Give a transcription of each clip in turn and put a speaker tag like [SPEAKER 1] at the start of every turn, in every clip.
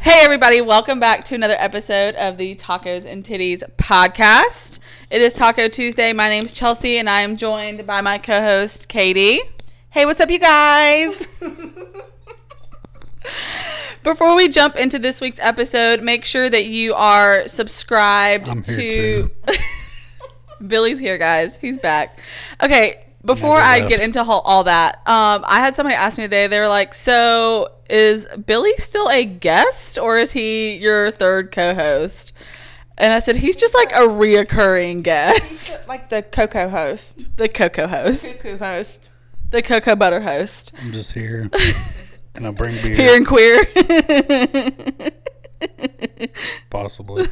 [SPEAKER 1] Hey, everybody, welcome back to another episode of the Tacos and Titties podcast. It is Taco Tuesday. My name's Chelsea, and I am joined by my co host, Katie. Hey, what's up, you guys? Before we jump into this week's episode, make sure that you are subscribed
[SPEAKER 2] I'm
[SPEAKER 1] to.
[SPEAKER 2] here
[SPEAKER 1] Billy's here, guys. He's back. Okay, before
[SPEAKER 2] Never
[SPEAKER 1] I
[SPEAKER 2] left.
[SPEAKER 1] get into all, all that, um, I had somebody ask me today. They were like, "So is Billy still a guest, or is he your third co-host?" And I said, "He's just like a reoccurring guest,
[SPEAKER 3] like the cocoa host,
[SPEAKER 1] the cocoa host,
[SPEAKER 3] cuckoo host.
[SPEAKER 1] the cocoa butter host,
[SPEAKER 2] I'm just here, and I bring beer,
[SPEAKER 1] here and queer."
[SPEAKER 2] possibly.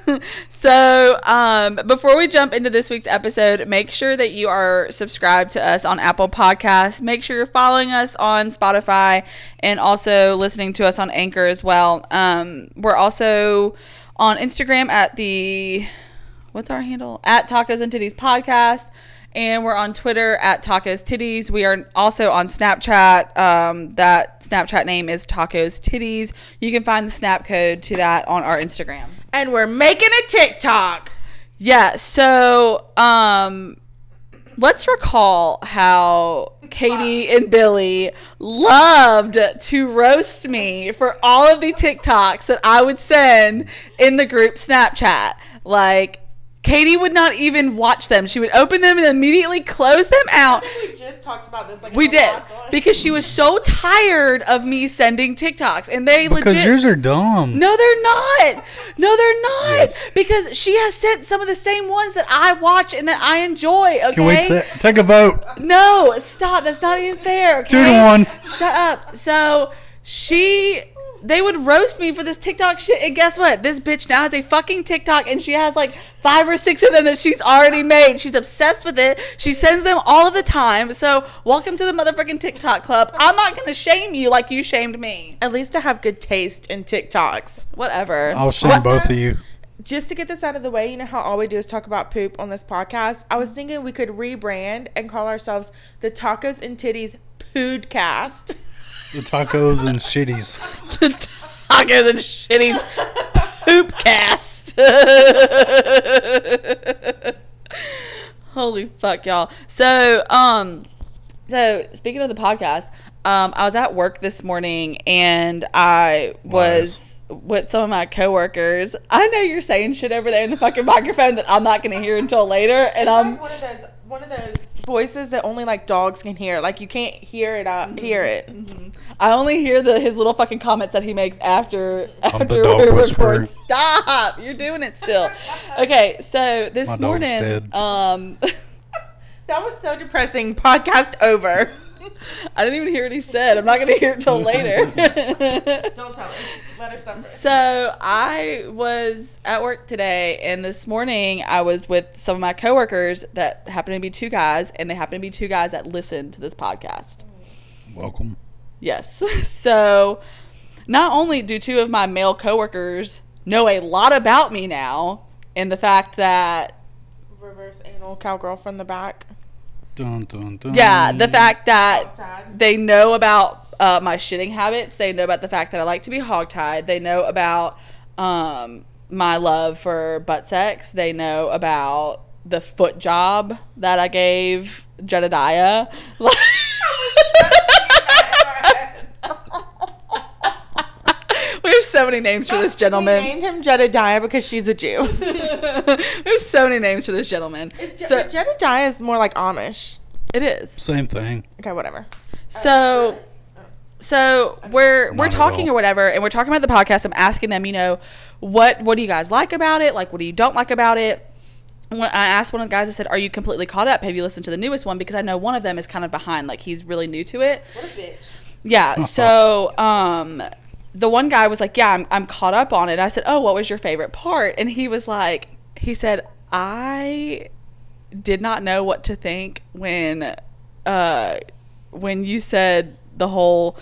[SPEAKER 1] So, um, before we jump into this week's episode, make sure that you are subscribed to us on Apple Podcasts. Make sure you're following us on Spotify and also listening to us on Anchor as well. Um, we're also on Instagram at the what's our handle at Tacos and Titties Podcast. And we're on Twitter at Tacos Titties. We are also on Snapchat. Um, that Snapchat name is Tacos Titties. You can find the snap code to that on our Instagram.
[SPEAKER 3] And we're making a TikTok.
[SPEAKER 1] Yeah, so um let's recall how Katie and Billy loved to roast me for all of the TikToks that I would send in the group Snapchat. Like Katie would not even watch them. She would open them and immediately close them out.
[SPEAKER 3] We just talked about this. Like
[SPEAKER 1] We did because she was so tired of me sending TikToks and they
[SPEAKER 2] Because
[SPEAKER 1] legit
[SPEAKER 2] yours are dumb.
[SPEAKER 1] no, they're not. No, they're not.
[SPEAKER 2] Yes.
[SPEAKER 1] Because she has sent some of the same ones that I watch and that I enjoy. Okay.
[SPEAKER 2] Can we ta- take a vote?
[SPEAKER 1] no, stop. That's not even fair. Okay?
[SPEAKER 2] Two to one.
[SPEAKER 1] Shut up. So she. They would roast me for this TikTok shit. And guess what? This bitch now has a fucking TikTok and she has like five or six of them that she's already made. She's obsessed with it. She sends them all of the time. So, welcome to the motherfucking TikTok club. I'm not going to shame you like you shamed me.
[SPEAKER 3] At least to have good taste in TikToks.
[SPEAKER 1] Whatever.
[SPEAKER 2] I'll shame both of you.
[SPEAKER 3] Just to get this out of the way, you know how all we do is talk about poop on this podcast. I was thinking we could rebrand and call ourselves the Tacos and Titties Poodcast.
[SPEAKER 2] The tacos and shitties.
[SPEAKER 1] the tacos and shitty poop cast. Holy fuck, y'all. So, um, so speaking of the podcast, um, I was at work this morning and I was with some of my coworkers. I know you're saying shit over there in the fucking microphone that I'm not gonna hear until later, and I'm
[SPEAKER 3] one of those one of those Um, voices that only like dogs can hear. Like you can't hear it out hear it.
[SPEAKER 1] I only hear the his little fucking comments that he makes after
[SPEAKER 2] I'm the
[SPEAKER 1] after
[SPEAKER 2] dog
[SPEAKER 1] we're
[SPEAKER 2] whisperer.
[SPEAKER 1] recording. Stop! You're doing it still. Okay, so this
[SPEAKER 2] My dog's
[SPEAKER 1] morning,
[SPEAKER 2] dead.
[SPEAKER 1] um,
[SPEAKER 3] That was so depressing. Podcast over.
[SPEAKER 1] I didn't even hear what he said. I'm not gonna hear it till later.
[SPEAKER 3] Don't tell her. Let her suffer.
[SPEAKER 1] So I was at work today, and this morning I was with some of my coworkers that happened to be two guys, and they happened to be two guys that listened to this podcast.
[SPEAKER 2] Welcome.
[SPEAKER 1] Yes. So not only do two of my male coworkers know a lot about me now and the fact that
[SPEAKER 3] Reverse anal cowgirl from the back.
[SPEAKER 2] Dun, dun, dun.
[SPEAKER 1] yeah,
[SPEAKER 2] Mm.
[SPEAKER 1] the fact that
[SPEAKER 3] Hogtied.
[SPEAKER 1] they know about uh, my shitting habits, they know about the fact that I like to be hogtied, they know about um, my love for butt sex, they know about the foot job that I gave Jedediah. Like- we have so many names for this gentleman.
[SPEAKER 3] We named him Jedediah because she's a Jew.
[SPEAKER 1] we have so many names for this gentleman.
[SPEAKER 3] Je-
[SPEAKER 1] so,
[SPEAKER 3] but Jedediah is more like Amish.
[SPEAKER 1] it is.
[SPEAKER 2] Same thing.
[SPEAKER 3] Okay, whatever.
[SPEAKER 1] So, so we're
[SPEAKER 2] Not
[SPEAKER 1] we're
[SPEAKER 2] at
[SPEAKER 1] talking
[SPEAKER 2] all.
[SPEAKER 1] or whatever, and we're talking about the podcast. I'm asking them, you know, what what do you guys like about it? Like, what do you don't like about it? When I asked one of the guys, I said, "Are you completely caught up? Have you listened to the newest one?" Because I know one of them is kind of behind, like he's really new to it.
[SPEAKER 3] What a bitch.
[SPEAKER 1] Yeah. So, um, the one guy was like, "Yeah, I'm, I'm caught up on it." I said, "Oh, what was your favorite part?" And he was like, he said, "I did not know what to think when, uh, when you said the whole."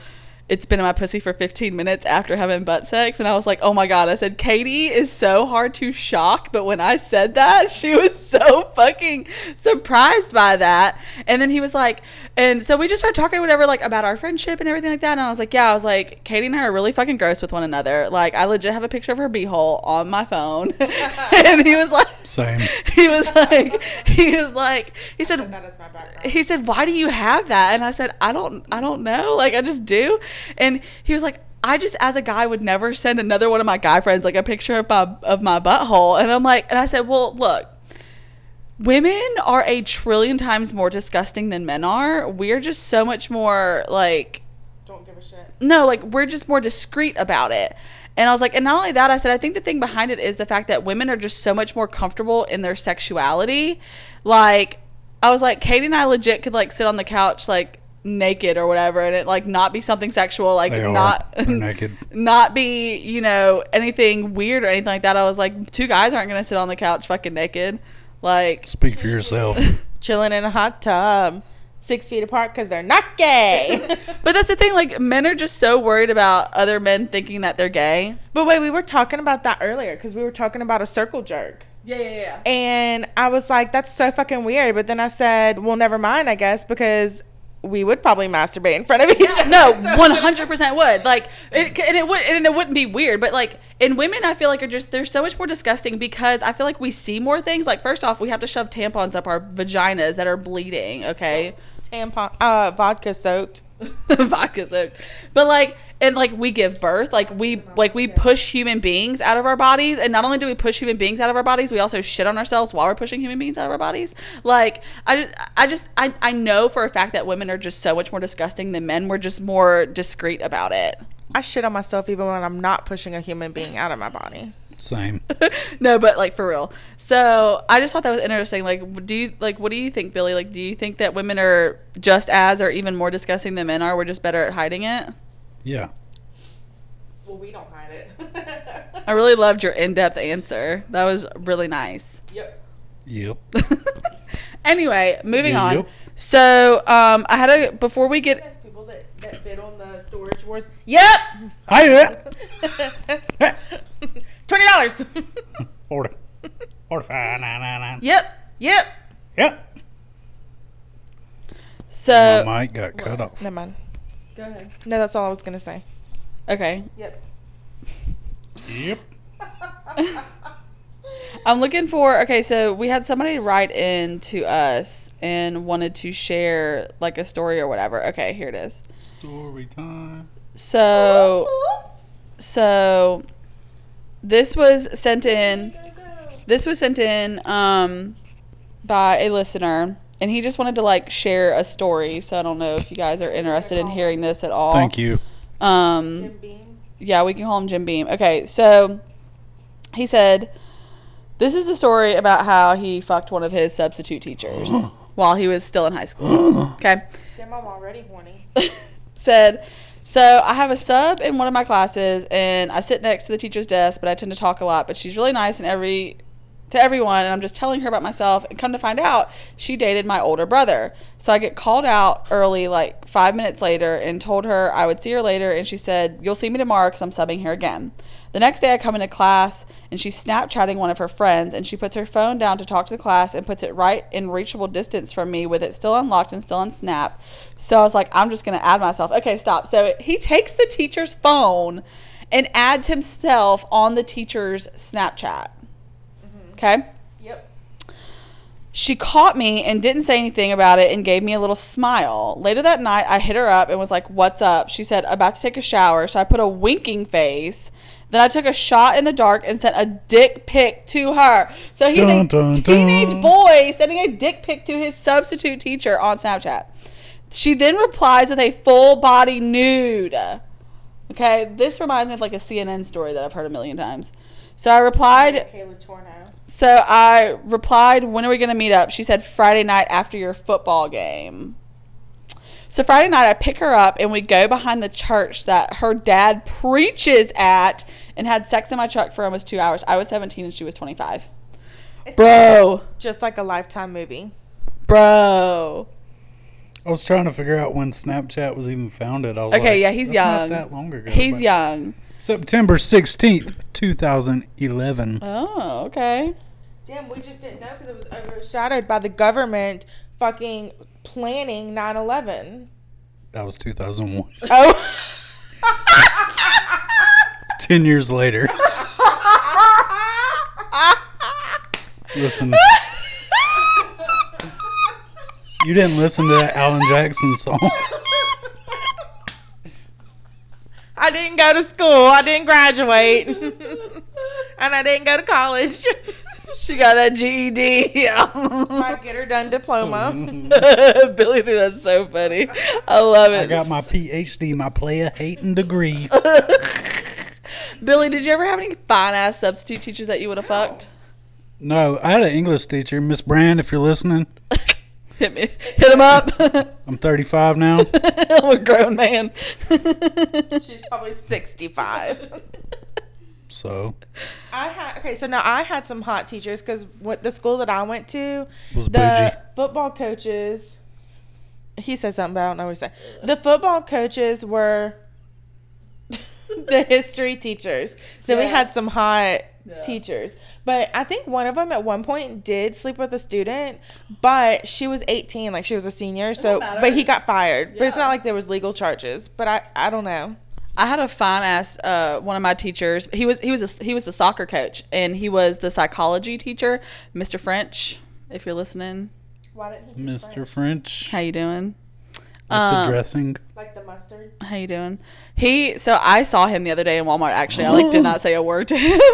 [SPEAKER 1] it's been in my pussy for 15 minutes after having butt sex. And I was like, oh my God. I said, Katie is so hard to shock. But when I said that, she was so fucking surprised by that. And then he was like, and so we just started talking, whatever, like about our friendship and everything like that. And I was like, yeah, I was like, Katie and I are really fucking gross with one another. Like, I legit have a picture of her beehole on my phone. and he was like,
[SPEAKER 2] Same.
[SPEAKER 1] he was like, he was like, he
[SPEAKER 3] Said
[SPEAKER 1] said,
[SPEAKER 3] that is my background.
[SPEAKER 1] he said, "Why do you have that?" And I said, "I don't I don't know. Like I just do." And he was like, "I just as a guy would never send another one of my guy friends like a picture of my of my butthole." And I'm like, and I said, "Well, look, women are a trillion times more disgusting than men are. We're just so much more like
[SPEAKER 3] Don't give a shit.
[SPEAKER 1] no, like we're just more discreet about it. And I was like, and not only that, I said, I think the thing behind it is the fact that women are just so much more comfortable in their sexuality. Like, I was like, Katie and I legit could like sit on the couch like naked or whatever, and it like not be something sexual, like
[SPEAKER 2] They
[SPEAKER 1] not
[SPEAKER 2] are. They're naked.
[SPEAKER 1] not be you know anything weird or anything like that. I was like, two guys aren't gonna sit on the couch fucking naked, like
[SPEAKER 2] Speak for yourself.
[SPEAKER 3] Chilling in a hot tub, six feet apart because they're not gay.
[SPEAKER 1] But that's the thing, like men are just so worried about other men thinking that they're gay.
[SPEAKER 3] but wait, we were talking about that earlier because we were talking about a circle jerk.
[SPEAKER 1] Yeah, yeah, yeah.
[SPEAKER 3] And I was like, that's so fucking weird. But then I said, well, never mind, I guess, because we would probably masturbate in front of each other.
[SPEAKER 1] no,
[SPEAKER 3] So-
[SPEAKER 1] one hundred percent would like, it, and it would, and it wouldn't be weird. But like in women, I feel like are just they're so much more disgusting because I feel like we see more things. Like first off, we have to shove tampons up our vaginas that are bleeding. Okay,
[SPEAKER 3] Tampon, uh, vodka soaked.
[SPEAKER 1] vodka soaked. But like, and like we give birth, like we like we push human beings out of our bodies, and not only do we push human beings out of our bodies, we also shit on ourselves while we're pushing human beings out of our bodies. Like I just, I just, I, I know for a fact that women are just so much more disgusting than men. We're just more discreet about it.
[SPEAKER 3] I shit on myself even when I'm not pushing a human being out of my body.
[SPEAKER 2] Same.
[SPEAKER 1] no, but like for real. So I just thought that was interesting. Like, do you like what do you think, Billy? Like, do you think that women are just as or even more disgusting than men are? We're just better at hiding it.
[SPEAKER 2] Yeah.
[SPEAKER 3] Well, we don't hide it.
[SPEAKER 1] I really loved your in-depth answer. That was really nice.
[SPEAKER 3] yep.
[SPEAKER 2] Yep.
[SPEAKER 1] anyway, moving on.
[SPEAKER 2] Yep.
[SPEAKER 1] So um, I had a before we get
[SPEAKER 3] There's people that, that bid on the storage wars. Yep.
[SPEAKER 2] Hiya.
[SPEAKER 3] Twenty dollars.
[SPEAKER 2] Order. Order. Five, nine, nine, nine.
[SPEAKER 3] yep. Yep.
[SPEAKER 2] Yep.
[SPEAKER 1] so
[SPEAKER 2] My mic got cut off.
[SPEAKER 3] Never mind.
[SPEAKER 1] go ahead.
[SPEAKER 3] No, that's all I was gonna say.
[SPEAKER 1] Okay,
[SPEAKER 3] Yep.
[SPEAKER 2] Yep.
[SPEAKER 1] I'm looking for okay. So we had somebody write in to us and wanted to share like a story or whatever. Okay, here it is.
[SPEAKER 2] Story time.
[SPEAKER 1] So so this was sent in. This was sent in um, by a listener, and he just wanted to like share a story. So I don't know if you guys are interested in hearing this at all.
[SPEAKER 2] Thank you.
[SPEAKER 1] Um,
[SPEAKER 3] Beam.
[SPEAKER 1] yeah, we can call him Jim Beam. Okay, so he said, "This is a story about how he fucked one of his substitute teachers while he was still in high school." Okay
[SPEAKER 3] Damn, I'm already horny.
[SPEAKER 1] said, So I have a sub in one of my classes and I sit next to the teacher's desk, but I tend to talk a lot, but she's really nice and every to everyone and I'm just telling her about myself and come to find out she dated my older brother. So I get called out early like 5 minutes later and told her I would see her later and she said, "You'll see me tomorrow cuz I'm subbing here again." The next day I come into class and she's Snapchatting one of her friends and she puts her phone down to talk to the class and puts it right in reachable distance from me with it still unlocked and still on Snap. So I was like, I'm just going to add myself. Okay, stop. So he takes the teacher's phone and adds himself on the teacher's Snapchat. Okay?
[SPEAKER 3] Yep.
[SPEAKER 1] She caught me and didn't say anything about it and gave me a little smile. Later that night, I hit her up and was like, What's up? She said, About to take a shower. So I put a winking face. Then I took a shot in the dark and sent a dick pic to her. So he's a
[SPEAKER 2] Dun, dun, dun.
[SPEAKER 1] teenage boy sending a dick pic to his substitute teacher on Snapchat. She then replies with a full body nude. Okay, this reminds me of like a CNN story that I've heard a million times. So I replied,
[SPEAKER 3] Kayla Torno.
[SPEAKER 1] so I replied, When are we going to meet up? She said, Friday night after your football game. So Friday night, I pick her up and we go behind the church that her dad preaches at and had sex in my truck for almost two hours. I was 17 and she was 25. Bro,
[SPEAKER 3] Just like a lifetime movie.
[SPEAKER 1] bro.
[SPEAKER 2] I was trying to figure out when Snapchat was even founded. I was
[SPEAKER 1] Okay,
[SPEAKER 2] like,
[SPEAKER 1] yeah, he's
[SPEAKER 2] "That's
[SPEAKER 1] young.
[SPEAKER 2] Not that long ago.
[SPEAKER 1] He's
[SPEAKER 2] but-
[SPEAKER 1] young.
[SPEAKER 2] September sixteenth, two thousand eleven.
[SPEAKER 1] Oh, okay.
[SPEAKER 3] Damn, we just didn't know because it was overshadowed by the government fucking planning 9 11.
[SPEAKER 2] That was two thousand one.
[SPEAKER 1] Oh,
[SPEAKER 2] Ten years later. Listen, you didn't listen to that Alan Jackson song.
[SPEAKER 3] I didn't go to school. I didn't graduate. and I didn't go to college.
[SPEAKER 1] she got that E GED.
[SPEAKER 3] My get her done diploma.
[SPEAKER 1] Billy, think that's so funny. I love it.
[SPEAKER 2] I got my PhD, my player hating degree.
[SPEAKER 1] Billy, did you ever have any fine ass substitute teachers that you would have fucked?
[SPEAKER 2] No, I had an English teacher, Miss Brand. If you're listening,
[SPEAKER 1] Hit me, hit him up.
[SPEAKER 2] I'm 35 now.
[SPEAKER 1] I'm a grown man.
[SPEAKER 3] She's probably 65.
[SPEAKER 2] So
[SPEAKER 3] I had okay, so now I had some hot teachers because what the school that I went to
[SPEAKER 2] Was
[SPEAKER 3] the
[SPEAKER 2] bougie.
[SPEAKER 3] football coaches. He said something, but I don't know what he said. The football coaches were the history teachers, so we
[SPEAKER 1] Yeah.
[SPEAKER 3] had some hot
[SPEAKER 1] Yeah.
[SPEAKER 3] teachers. But I think one of them at one point did sleep with a student, but she was 18, like she was a senior. So,
[SPEAKER 1] matter.
[SPEAKER 3] but he got fired. But it's
[SPEAKER 1] Yeah.
[SPEAKER 3] not like there was legal charges. But I, I don't know.
[SPEAKER 1] I had a fine ass uh, one of my teachers. He was he was a, he was the soccer coach and he was the psychology teacher, Mr. French. If you're listening,
[SPEAKER 3] Why didn't he
[SPEAKER 2] Mr. French,
[SPEAKER 1] how you doing?
[SPEAKER 2] with
[SPEAKER 1] um,
[SPEAKER 2] the dressing.
[SPEAKER 3] like the mustard?
[SPEAKER 1] How you doing? He so I saw him the other day in Walmart. Actually, I like did not say a word to him.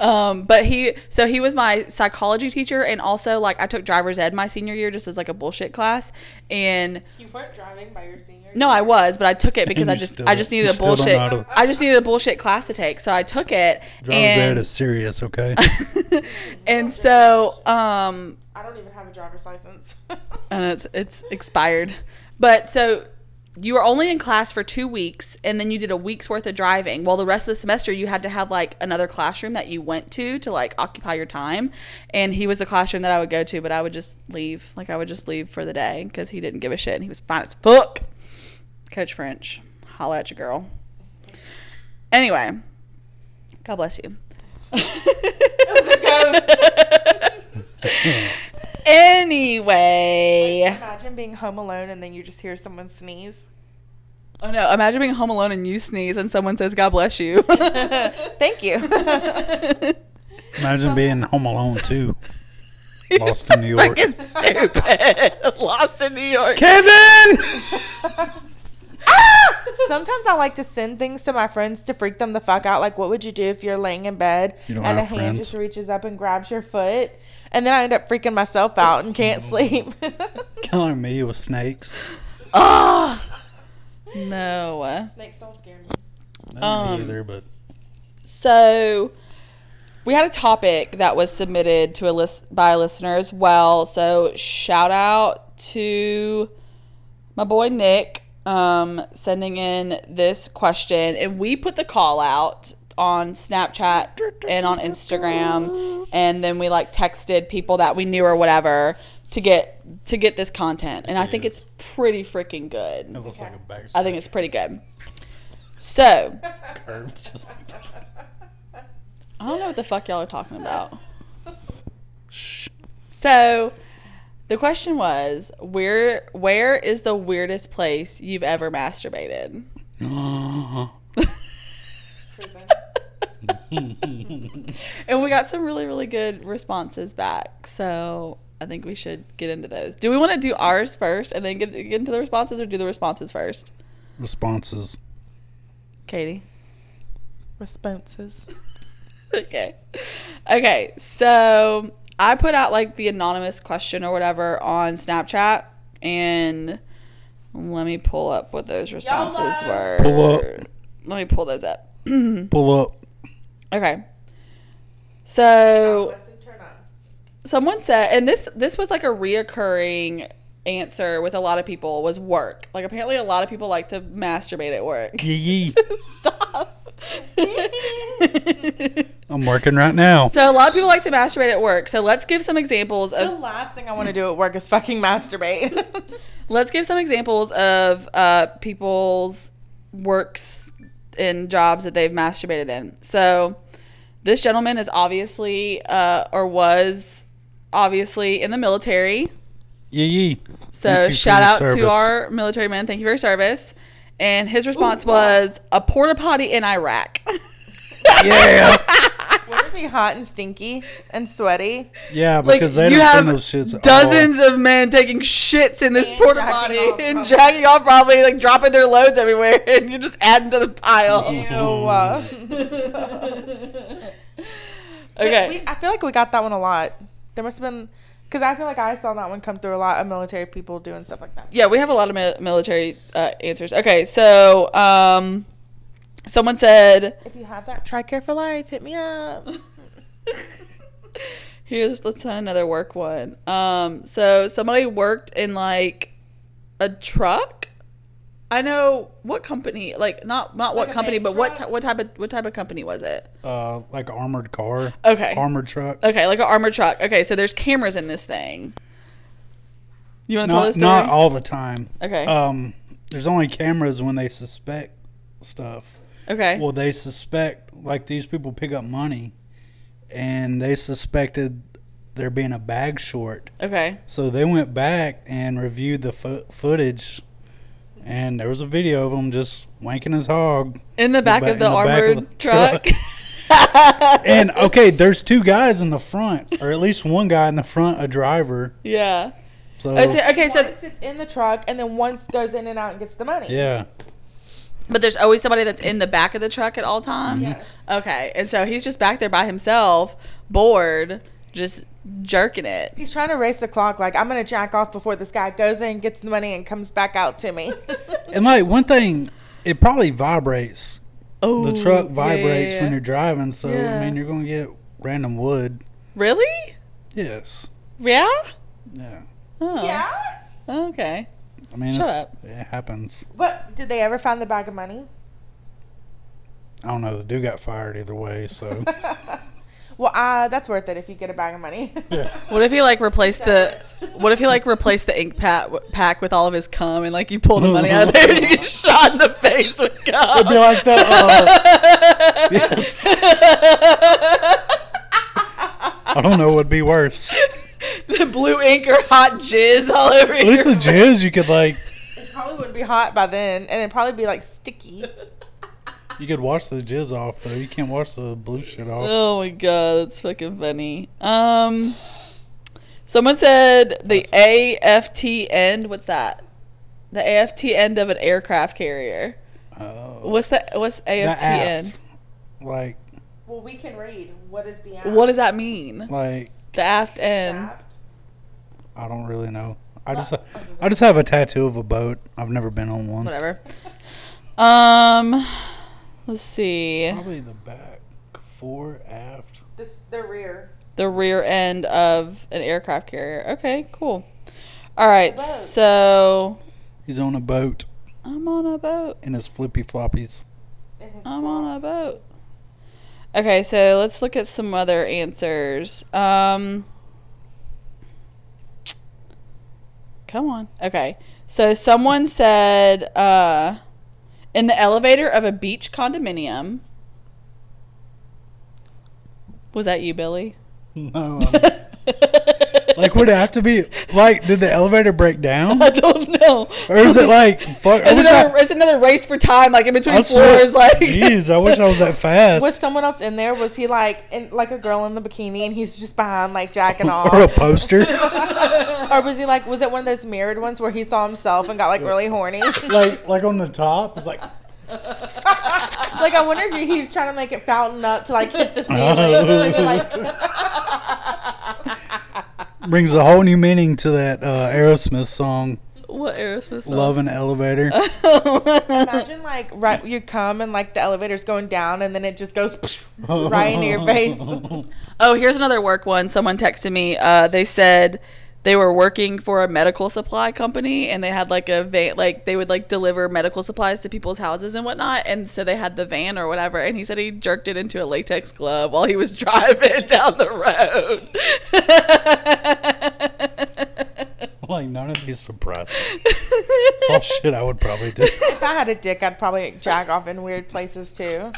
[SPEAKER 1] Um, but he so he was my psychology teacher and also like I took driver's ed my senior year just as like a bullshit class. And
[SPEAKER 3] You weren't driving by your senior.
[SPEAKER 1] no, I was, but I took it because
[SPEAKER 2] And
[SPEAKER 1] I
[SPEAKER 2] you
[SPEAKER 1] just
[SPEAKER 2] still-
[SPEAKER 1] I just
[SPEAKER 2] you
[SPEAKER 1] needed a
[SPEAKER 2] still don't know
[SPEAKER 1] bullshit
[SPEAKER 2] how to-
[SPEAKER 1] I just needed a bullshit class to take, so I took it.
[SPEAKER 2] Driver's ed
[SPEAKER 1] and
[SPEAKER 2] is serious, okay?
[SPEAKER 1] and so um
[SPEAKER 3] I don't even have a driver's license.
[SPEAKER 1] and it's it's expired. But so you were only in class for two weeks, and then you did a week's worth of driving. Well, the rest of the semester you had to have like another classroom that you went to to like occupy your time. And he was the classroom that I would go to, but I would just leave. Like I would just leave for the day because he didn't give a shit, and he was fine as fuck. Coach French, holla at your girl. Anyway, God bless you. Anyway.
[SPEAKER 3] Imagine being home alone and then you just hear someone sneeze.
[SPEAKER 1] Oh no! Imagine being home alone and you sneeze and someone says "God bless you."
[SPEAKER 3] Thank you.
[SPEAKER 2] Imagine being home alone too. Lost in New York.
[SPEAKER 1] Fucking stupid. Lost in New York.
[SPEAKER 2] Kevin!
[SPEAKER 3] Ah! Sometimes I like to send things to my friends to freak them the fuck out. Like, what would you do if you're laying in bed
[SPEAKER 2] You don't
[SPEAKER 3] and a
[SPEAKER 2] have
[SPEAKER 3] hand
[SPEAKER 2] friends.
[SPEAKER 3] just reaches up and grabs your foot? And then I end up freaking myself out and can't sleep.
[SPEAKER 2] Killing me with snakes.
[SPEAKER 1] Oh no.
[SPEAKER 3] Snakes don't scare me.
[SPEAKER 2] Not
[SPEAKER 1] Um,
[SPEAKER 2] me either, but
[SPEAKER 1] So we had a topic that was submitted to a list by a listener as well. So shout out to my boy Nick um, sending in this question, and we put the call out on Snapchat and on Instagram, and then we like texted people that we knew or whatever to get to get this content, and I think
[SPEAKER 2] Yes.
[SPEAKER 1] it's pretty freaking
[SPEAKER 2] it
[SPEAKER 1] good.
[SPEAKER 2] looks like a back
[SPEAKER 1] I think it's pretty good. So
[SPEAKER 2] curve. Just like,
[SPEAKER 1] I don't know what the fuck y'all are talking about.
[SPEAKER 2] shh.
[SPEAKER 1] So the question was where where is the weirdest place you've ever masturbated? Uh-huh. And we got some really really good responses back. So I think we should get into those. Do we want to do ours first and then get, get into the responses or do the responses first?
[SPEAKER 2] Responses.
[SPEAKER 1] Katie.
[SPEAKER 3] Responses.
[SPEAKER 1] okay. Okay. So I put out like the anonymous question or whatever on Snapchat and let me pull up what those responses were.
[SPEAKER 2] Pull up.
[SPEAKER 1] Let me pull those up.
[SPEAKER 2] Pull up.
[SPEAKER 1] Okay. So
[SPEAKER 3] Listen, turn on.
[SPEAKER 1] someone said and this this was like a reoccurring answer with a lot of people was work. Like apparently a lot of people like to masturbate at work.
[SPEAKER 2] Yee yee.
[SPEAKER 1] Stop.
[SPEAKER 2] I'm working right now.
[SPEAKER 1] So a lot of people like to masturbate at work. So let's give some examples
[SPEAKER 3] The
[SPEAKER 1] of
[SPEAKER 3] last thing I want to do at work is fucking masturbate.
[SPEAKER 1] let's give some examples of uh, people's works and jobs that they've masturbated in. So this gentleman is obviously uh, or was obviously in the military.
[SPEAKER 2] Yee yee. Thank
[SPEAKER 1] So
[SPEAKER 2] you for
[SPEAKER 1] shout
[SPEAKER 2] your
[SPEAKER 1] out to
[SPEAKER 2] service.
[SPEAKER 1] our military men. Thank you for your service. And his response was a porta potty in Iraq.
[SPEAKER 2] Yeah.
[SPEAKER 3] Would it be hot and stinky and sweaty?
[SPEAKER 2] Yeah,
[SPEAKER 1] Like
[SPEAKER 2] because they
[SPEAKER 1] you
[SPEAKER 2] don't
[SPEAKER 1] have
[SPEAKER 2] send those shits. at all.
[SPEAKER 1] dozens of men taking shits in this
[SPEAKER 3] And
[SPEAKER 1] porta
[SPEAKER 3] jacking
[SPEAKER 1] potty
[SPEAKER 3] off,
[SPEAKER 1] and
[SPEAKER 3] probably.
[SPEAKER 1] jacking off, probably like dropping their loads everywhere, and you're just adding to the pile.
[SPEAKER 2] Mm-hmm.
[SPEAKER 3] Ew.
[SPEAKER 2] Mm,
[SPEAKER 1] Okay.
[SPEAKER 3] We- I feel like we got that one a lot. There must have been, because I feel like I saw that one come through a lot of military people doing stuff like that.
[SPEAKER 1] yeah, we have a lot of mi- military uh, answers. Okay, so um, someone said,
[SPEAKER 3] If you have that TRICARE for life, hit me up.
[SPEAKER 1] "Here's let's find another work one." Um, so somebody worked in like a truck. I know what company, like not not what
[SPEAKER 3] Like a
[SPEAKER 1] company,
[SPEAKER 3] big
[SPEAKER 1] but what
[SPEAKER 3] truck?
[SPEAKER 1] ty- what type of what type of company was it?
[SPEAKER 2] Uh, like armored car,
[SPEAKER 1] Okay,
[SPEAKER 2] armored truck.
[SPEAKER 1] okay, like an armored truck. Okay, so there's cameras in this thing. You want to tell
[SPEAKER 2] Not,
[SPEAKER 1] this story?
[SPEAKER 2] not all the time.
[SPEAKER 1] okay,
[SPEAKER 2] Um, there's only cameras when they suspect stuff.
[SPEAKER 1] okay,
[SPEAKER 2] Well, they suspect like these people pick up money, and they suspected there being a bag short.
[SPEAKER 1] okay.
[SPEAKER 2] So they went back and reviewed the fo- footage, and there was a video of him just wanking his hog.
[SPEAKER 1] In the back
[SPEAKER 2] ba-
[SPEAKER 1] of the
[SPEAKER 2] in the back
[SPEAKER 1] armored
[SPEAKER 2] of the
[SPEAKER 1] truck.
[SPEAKER 2] And okay, there's two guys in the front, or at least one guy in the front, a driver.
[SPEAKER 1] yeah.
[SPEAKER 2] So
[SPEAKER 1] Oh, so- okay, so
[SPEAKER 3] one sits in the truck, and then one goes in and out and gets the money.
[SPEAKER 2] yeah,
[SPEAKER 1] But there's always somebody that's in the back of the truck at all times.
[SPEAKER 3] Yes.
[SPEAKER 1] Okay. And so he's just back there by himself, bored, just jerking it.
[SPEAKER 3] He's trying to race the clock. Like I'm gonna jack off before this guy goes in, gets the money, and comes back out to me.
[SPEAKER 2] and like one thing, it probably vibrates.
[SPEAKER 1] Oh,
[SPEAKER 2] The truck vibrates when you're driving, so
[SPEAKER 1] Yeah.
[SPEAKER 2] I mean you're gonna get random wood.
[SPEAKER 1] Really?
[SPEAKER 2] Yes.
[SPEAKER 1] Yeah?
[SPEAKER 2] Yeah.
[SPEAKER 1] Oh,
[SPEAKER 3] yeah.
[SPEAKER 1] Okay.
[SPEAKER 2] I mean,
[SPEAKER 1] Shut
[SPEAKER 2] it's,
[SPEAKER 1] up.
[SPEAKER 2] it happens.
[SPEAKER 3] But did they ever find the bag of money?
[SPEAKER 2] I don't know. The dude got fired either way, so
[SPEAKER 3] Well, uh, that's worth it if you get a bag of money.
[SPEAKER 2] yeah.
[SPEAKER 1] What if he like replaced the what if he like replaced the ink pack, pack with all of his cum and like you pull the money out of there and you get shot in the face with cum?
[SPEAKER 2] It'd be like the uh, yes. I don't know what'd be worse.
[SPEAKER 1] the blue ink or hot jizz all over
[SPEAKER 2] At least the jizz you could like
[SPEAKER 3] It probably would be hot by then, and it'd probably be like sticky.
[SPEAKER 2] you could wash the jizz off though. You can't wash the blue shit off.
[SPEAKER 1] Oh my god, that's fucking funny. Um, someone said the AFT end. What's that? The AFT end of an aircraft carrier.
[SPEAKER 2] Oh.
[SPEAKER 1] What's that? What's
[SPEAKER 2] The
[SPEAKER 1] AFT end?
[SPEAKER 2] aft. Like
[SPEAKER 3] Well, we can read. What is the app?
[SPEAKER 1] What does that mean?
[SPEAKER 2] like
[SPEAKER 1] The aft end.
[SPEAKER 2] I don't really know. I just I just have a tattoo of a boat. I've never been on one.
[SPEAKER 1] Whatever. Um, let's see.
[SPEAKER 2] Probably the back, fore, aft.
[SPEAKER 3] This the rear.
[SPEAKER 1] The rear end of an aircraft carrier. Okay, cool. All right,
[SPEAKER 3] boat.
[SPEAKER 1] so
[SPEAKER 2] He's on a boat
[SPEAKER 1] I'm on a boat.
[SPEAKER 2] in his flippy floppies.
[SPEAKER 3] In his
[SPEAKER 1] I'm on a
[SPEAKER 3] cross.
[SPEAKER 1] boat. Okay, so let's look at some other answers. Um, come on. Okay, so someone said uh, in the elevator of a beach condominium. Was that you, Billy?
[SPEAKER 2] No, um, like would it have to be like? Did the elevator break down,
[SPEAKER 1] I don't know.
[SPEAKER 2] or is it like fuck? I
[SPEAKER 1] It's
[SPEAKER 2] wish
[SPEAKER 1] another,
[SPEAKER 2] I,
[SPEAKER 1] it's another race for time, like in
[SPEAKER 2] I
[SPEAKER 1] between
[SPEAKER 2] swear-
[SPEAKER 1] floors. Like,
[SPEAKER 2] jeez, I wish I was that
[SPEAKER 3] Was
[SPEAKER 2] fast.
[SPEAKER 3] someone else in there? Was he like in like a girl in the bikini, and he's just behind like jacking off?
[SPEAKER 2] Or a poster,
[SPEAKER 3] or was he like? Was it one of those mirrored ones where he saw himself and got like really horny?
[SPEAKER 2] like like on the top. It's like
[SPEAKER 3] like I wonder if he was trying to make it fountain up to like hit the ceiling. So you're like-
[SPEAKER 2] brings a whole new meaning to that uh, Aerosmith song,
[SPEAKER 1] what Aerosmith? song?
[SPEAKER 2] "Love an Elevator."
[SPEAKER 3] Imagine like right you come and like the elevator's going down and then it just goes right into your face.
[SPEAKER 1] Oh, here's another work one. Someone texted me. Uh, they said they were working for a medical supply company and they had like a van like they would like deliver medical supplies to people's houses and whatnot and so they had the van or whatever and he said he jerked it into a latex glove while he was driving down the road
[SPEAKER 2] Like none of these surprise. me. It's all shit I would probably do.
[SPEAKER 3] If I had a dick, I'd probably jack off in weird places too.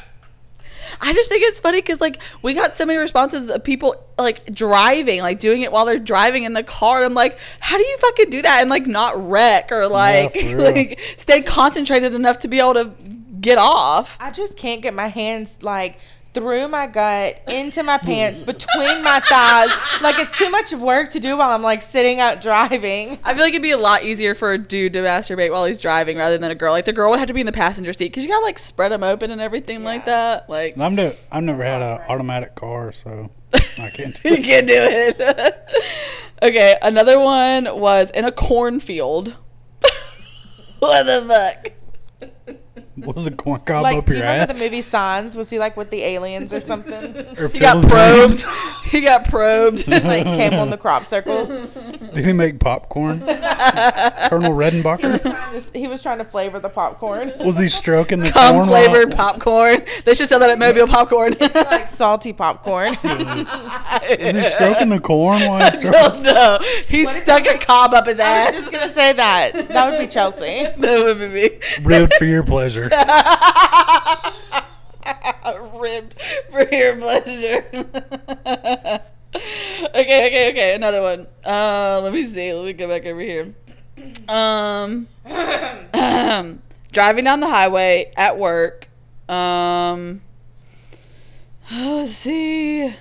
[SPEAKER 1] I just think it's funny because like we got so many responses of people like driving, like doing it while they're driving in the car. And I'm like, how do you fucking do that and like not wreck or like
[SPEAKER 2] for real.
[SPEAKER 1] like stay concentrated enough to be able to get off?
[SPEAKER 3] I just can't get my hands like through my gut, into my pants, between my thighs. Like it's too much work to do while I'm like sitting out driving.
[SPEAKER 1] I feel like it'd be a lot easier for a dude to masturbate while he's driving rather than a girl. Like the girl would have to be in the passenger seat because you gotta like spread them open and everything like that. Like
[SPEAKER 2] I'm no, I've never had an automatic car, so I can't. Do
[SPEAKER 1] you can't do it. okay, another one was in a cornfield. what the fuck?
[SPEAKER 2] Was a corn cob
[SPEAKER 3] Like,
[SPEAKER 2] up
[SPEAKER 3] do you
[SPEAKER 2] your
[SPEAKER 3] remember
[SPEAKER 2] ass?
[SPEAKER 3] the movie Signs? Was he like with the aliens or something?
[SPEAKER 2] Or
[SPEAKER 1] He got
[SPEAKER 2] Phil's
[SPEAKER 1] probed.
[SPEAKER 2] dreams?
[SPEAKER 1] He got probed.
[SPEAKER 3] like came on the crop circles.
[SPEAKER 2] Did he make popcorn? Colonel Redenbacher?
[SPEAKER 3] Just- he was trying to flavor the popcorn,
[SPEAKER 2] Was he stroking the
[SPEAKER 1] Cum
[SPEAKER 2] corn? while-
[SPEAKER 1] flavored popcorn. They should sell that at Mobile Popcorn.
[SPEAKER 3] like salty popcorn.
[SPEAKER 2] Was he stroking the corn while he's stroking?
[SPEAKER 1] Just no. He stuck a cob up his
[SPEAKER 3] I
[SPEAKER 1] ass.
[SPEAKER 3] was just gonna say that. That would be Chelsea.
[SPEAKER 1] that would be me.
[SPEAKER 2] Ribbed for your pleasure.
[SPEAKER 1] Ribbed for your pleasure. okay, okay, okay. Another one. Uh, let me see. Let me go back over here. Um, driving down the highway at work. Um, let's see.